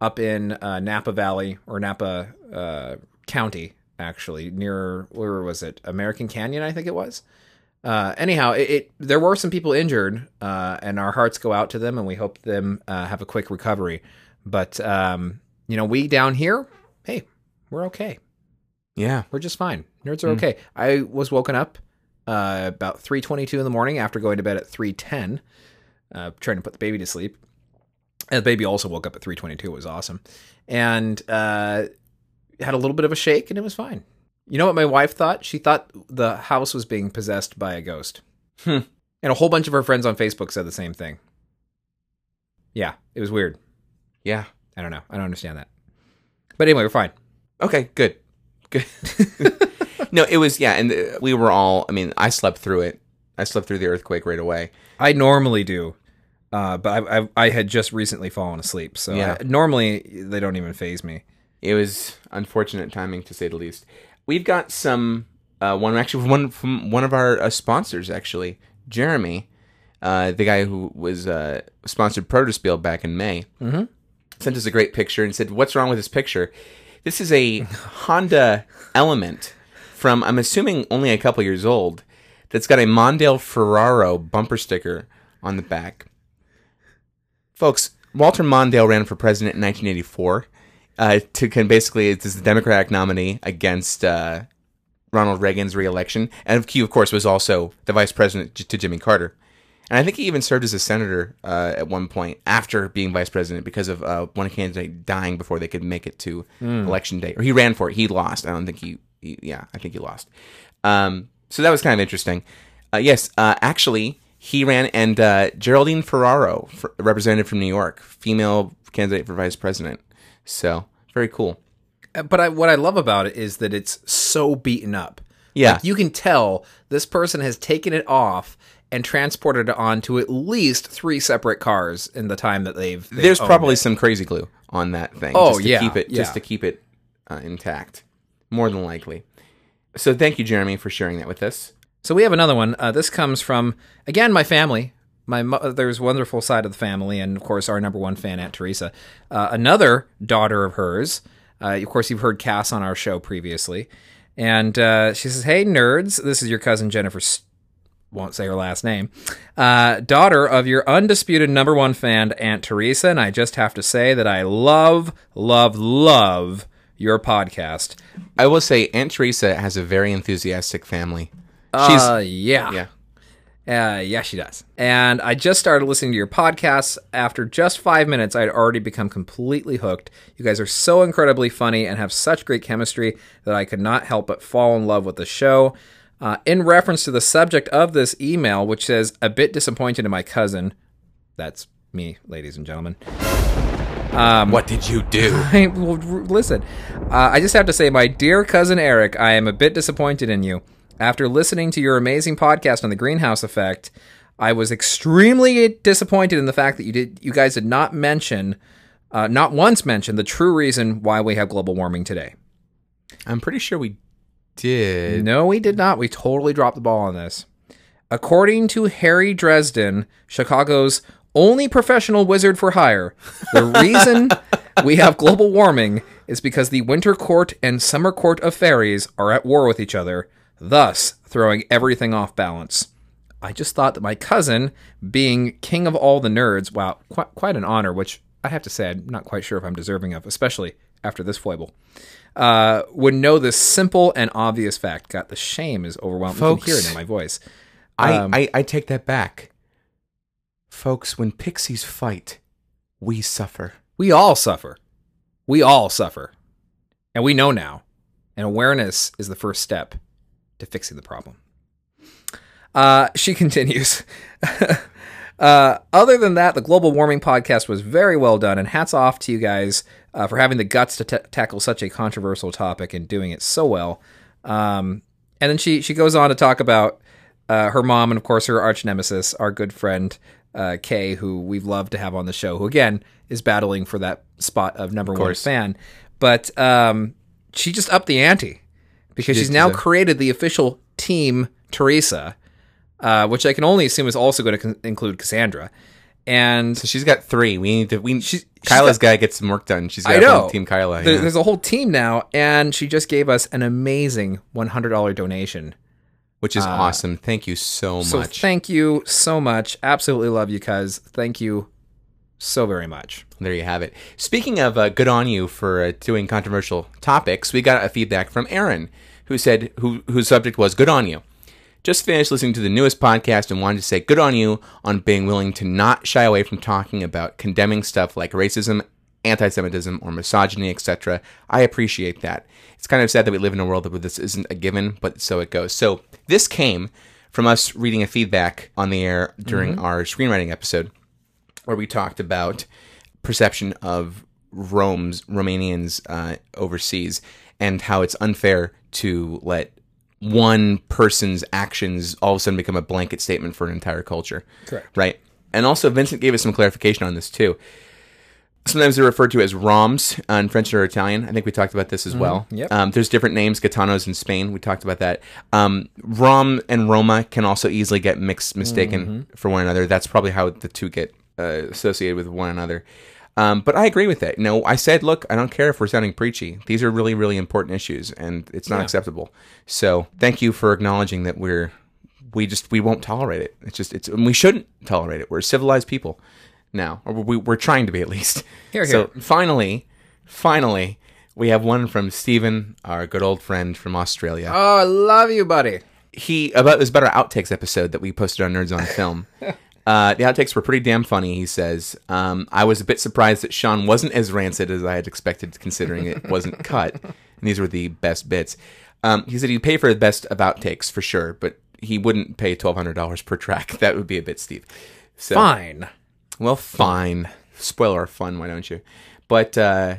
C: up in uh, Napa Valley or Napa uh, County, actually, near where was it? American Canyon, I think it was. Uh, anyhow, it, it there were some people injured, uh, and our hearts go out to them, and we hope them uh, have a quick recovery. But um, you know, we down here, hey, we're okay.
A: Yeah.
C: We're just fine. Nerds are okay. I was woken up uh, about three twenty-two in the morning after going to bed at three ten, uh, trying to put the baby to sleep. And the baby also woke up at three twenty-two. It was awesome, and uh, had a little bit of a shake, and it was fine. You know what my wife thought? She thought the house was being possessed by a ghost.
A: Hmm.
C: And a whole bunch of her friends on Facebook said the same thing. Yeah, it was weird.
A: Yeah.
C: I don't know. I don't understand that. But anyway, we're fine.
A: Okay, good. Good. no, it was yeah, and uh, we were all I mean, I slept through it. I slept through the earthquake right away.
C: I normally do, uh, but I, I I had just recently fallen asleep, so
A: Yeah.
C: I- normally they don't even phase me.
A: It was unfortunate timing, to say the least. We've got some uh, one actually from one from one of our uh, sponsors, actually Jeremy, uh, the guy who was uh, sponsored Produce Bill back in May, mm-hmm. sent us a great picture and said, "What's wrong with this picture? This is a Honda Element from I'm assuming only a couple years old that's got a Mondale Ferraro bumper sticker on the back." folks walter mondale ran for president in 1984 uh, to can basically it's the democratic nominee against uh, ronald reagan's reelection and he of course was also the vice president j- to jimmy carter and i think he even served as a senator uh, at one point after being vice president because of uh, one candidate dying before they could make it to election day or he ran for it he lost i don't think he, he yeah i think he lost um, so that was kind of interesting. Uh, yes, uh, actually, he ran, and uh, Geraldine Ferraro, f- representative from New York, female candidate for vice president. So very cool.
C: Uh, But I, what I love about it is that it's so beaten up.
A: Yeah.
C: Like, you can tell this person has taken it off and transported it onto at least three separate cars in the time that they've. they've
A: There's
C: owned
A: probably
C: it.
A: some crazy glue on that thing.
C: Oh,
A: just to
C: yeah,
A: keep it
C: yeah.
A: just to keep it uh, intact, more than likely. So thank you, Jeremy, for sharing that with us.
C: So we have another one. Uh, this comes from again my family, my mother's wonderful side of the family, and of course our number one fan, Aunt Teresa, uh, another daughter of hers. Uh, of course, you've heard Cass on our show previously, and uh, she says, "Hey nerds, this is your cousin Jennifer." St- won't say her last name, uh, daughter of your undisputed number one fan, Aunt Teresa. And I just have to say that I love, love, love your podcast.
A: I will say, Aunt Teresa has a very enthusiastic family.
C: She's, uh, yeah.
A: Yeah.
C: Uh, yeah, she does. And I just started listening to your podcast. After just five minutes, I'd already become completely hooked. You guys are so incredibly funny and have such great chemistry that I could not help but fall in love with the show. Uh, in reference to the subject of this email, which says, a bit disappointed in my cousin. That's me, ladies and gentlemen. Um,
A: what did you do?
C: I well, r- listen. Uh, I just have to say, my dear cousin Eric, I am a bit disappointed in you. After listening to your amazing podcast on the greenhouse effect, I was extremely disappointed in the fact that you did, you guys did not mention, uh, not once mention the true reason why we have global warming today.
A: I'm pretty sure we did.
C: No, we did not. We totally dropped the ball on this. According to Harry Dresden, Chicago's only professional wizard for hire, the reason we have global warming is because the winter court and summer court of fairies are at war with each other, thus throwing everything off balance. I just thought that my cousin, being king of all the nerds, wow, quite, quite an honor, which I have to say I'm not quite sure if I'm deserving of, especially after this foible uh, would know this simple and obvious fact. God, the shame is overwhelming.
A: Folks.
C: You can hear it in my voice.
A: I,
C: Um,
A: I, I take that back. Folks, when pixies fight, we suffer.
C: We all suffer. We all suffer. And we know now. And awareness is the first step to fixing the problem. Uh, she continues. Uh, other than that, the global warming podcast was very well done, and hats off to you guys uh, for having the guts to ta tackle such a controversial topic and doing it so well. Um, and then she she goes on to talk about uh, her mom and of course her arch nemesis, our good friend uh, Kay, who we've loved to have on the show, who again is battling for that spot of number one
A: course.
C: fan. But um, she just upped the ante because
A: did
C: she's now
A: deserve-
C: created the official team Teresa uh, which I can only assume is also going to con- include Cassandra. And
A: So she's got three. We need to. We
C: She's- she's
A: Kyla's got, to get some work done. She's got
C: I know
A: team Kyla.
C: There-
A: yeah.
C: There's a whole team now, and she just gave us an amazing $100 donation.
A: which is awesome. Thank you so,
C: uh, So
A: much.
C: thank you so much. Absolutely love you, cuz. Thank you so very much.
A: there you have it. Speaking of uh, good on you for uh, doing controversial topics, we got a feedback from Aaron, who said who whose subject was good on you. Just finished listening to the newest podcast and wanted to say good on you on being willing to not shy away from talking about condemning stuff like racism, anti Semitism, or misogyny, etc. I appreciate that. It's kind of sad that we live in a world where this isn't a given, but so it goes. So this came from us reading a feedback on the air during our screenwriting episode where we talked about perception of Rome's Romanians uh, overseas and how it's unfair to let one person's actions all of a sudden become a blanket statement for an entire culture.
C: Correct.
A: Right. And also, Vincent gave us some clarification on this too. Sometimes they're referred to as ROMs uh, in French or Italian. I think we talked about this as well.
C: Mm-hmm. Yep.
A: Um, there's different names, Gitanos in Spain. We talked about that. Um, Rom and Roma can also easily get mixed, mistaken
C: Mm-hmm.
A: for one another. That's probably how the two get uh, associated with one another. Um, but I agree with that. You know, I said, look, I don't care if we're sounding preachy. These are really, really important issues, and it's not acceptable. So thank you for acknowledging that we're we just we won't tolerate it. It's just it's and we shouldn't tolerate it. We're civilized people now, or we, we're trying to be at least.
C: Here,
A: So finally, finally, we have one from Stephen, our good old friend from Australia
C: Oh, I love you, buddy.
A: he about it was about our outtakes episode that we posted on Nerds on Film. uh, the outtakes were pretty damn funny. He says, um, "I was a bit surprised that Sean wasn't as rancid as I had expected, considering it wasn't cut. And these were the best bits." Um, he said he'd pay for the best of outtakes for sure, but he wouldn't pay twelve hundred dollars per track. That would be a bit steep. So,
C: Fine.
A: well, fine. Spoil our fun, why don't you? But uh,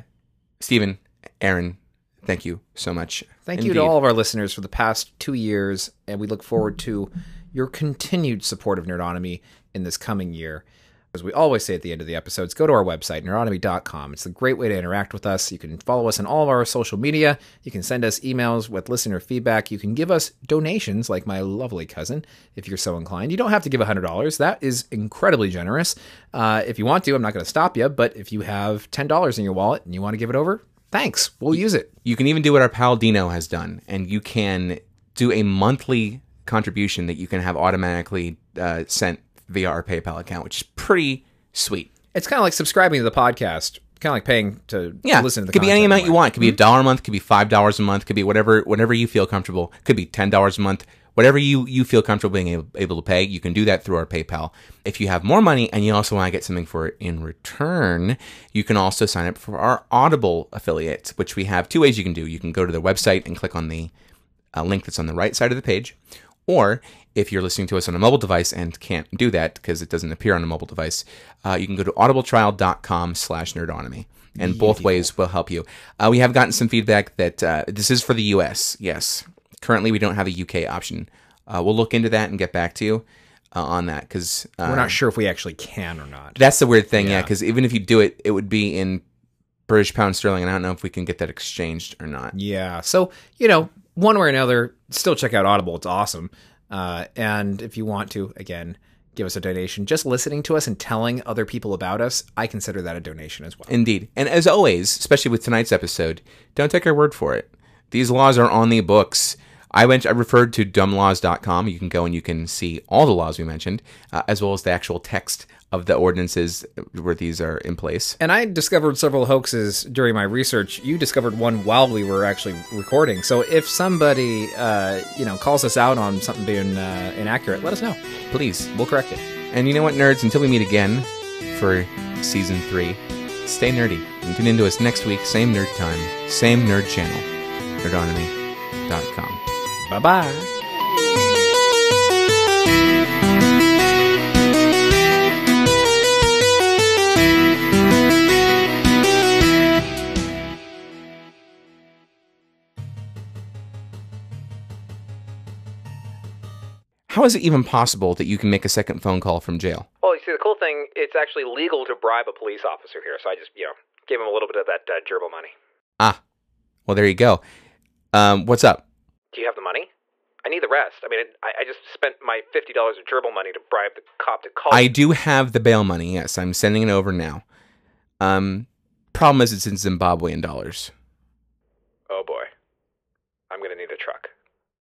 A: Stephen, Aaron, thank you so much.
C: Thank you to all of our listeners for the past two years, and we look forward to your continued support of Nerdonomy in this coming year. As we always say at the end of the episodes, go to our website, nerdonomy.com. It's a great way to interact with us. You can follow us on all of our social media. You can send us emails with listener feedback. You can give us donations, like my lovely cousin, if you're so inclined. You don't have to give $100. That is incredibly generous. Uh, if you want to, I'm not going to stop you, but if you have $10 in your wallet and you want to give it over, thanks. We'll use it.
A: you can even do what our pal Dino has done, and you can do a monthly contribution that you can have automatically uh, sent via our PayPal account, which is pretty sweet.
C: It's kind of like subscribing to the podcast, kind of like paying to
A: Yeah,
C: to listen to the
A: could be any
C: content Mm-hmm.
A: amount
C: we
A: you want. Could be a dollar a month. Could be five dollars a month. Could be whatever whatever you feel comfortable. Could be ten dollars a month. Whatever you, you feel comfortable being able, able to pay, you can do that through our PayPal. If you have more money and you also want to get something for it in return, you can also sign up for our Audible affiliate, which we have two ways you can do. You can go to their website and click on the a link that's on the right side of the page. Or if you're listening to us on a mobile device and can't do that because it doesn't appear on a mobile device, uh, you can go to audibletrial.com slash nerdonomy. And both ways will help you. Uh, we have gotten some feedback that uh, this is for the US. Yes. Currently, we don't have a UK option. Uh, we'll look into that and get back to you uh, on that because uh,
C: We're not sure if we actually can or not.
A: that's the weird thing, yeah. Because even if you do it, it would be in British pound sterling, and I don't know if we can get that exchanged or not.
C: yeah. So, you know, one way or another, still check out Audible. It's awesome. Uh, and if you want to, again, give us a donation. Just listening to us and telling other people about us, I consider that a donation as well.
A: Indeed. And as always, especially with tonight's episode, don't take our word for it. These laws are on the books. I went I referred to dumblaws.com. You can go and you can see all the laws we mentioned, uh, as well as the actual text of the ordinances where these are in place.
C: And I discovered several hoaxes during my research. You discovered one while we were actually recording. So if somebody, uh, you know, calls us out on something being uh, inaccurate, let us know.
A: Please.
C: We'll correct it.
A: And you know what, nerds, until we meet again for season three, stay nerdy and tune into us next week, same nerd time, same nerd channel, nerdonomy.com.
C: Bye bye.
A: How is it even possible that you can make a second phone call from jail?
B: Well, you see, the cool thing, it's actually legal to bribe a police officer here, so I just, you know, gave him a little bit of that uh, gerbil money.
A: Ah, well, there you go. Um, what's up?
B: Do you have the money? I need the rest. I mean, I, I just spent my $50 of gerbil money to bribe the cop to call.
A: I do have the bail money. Yes, I'm sending it over now. Um, problem is, it's in Zimbabwean dollars.
B: Oh,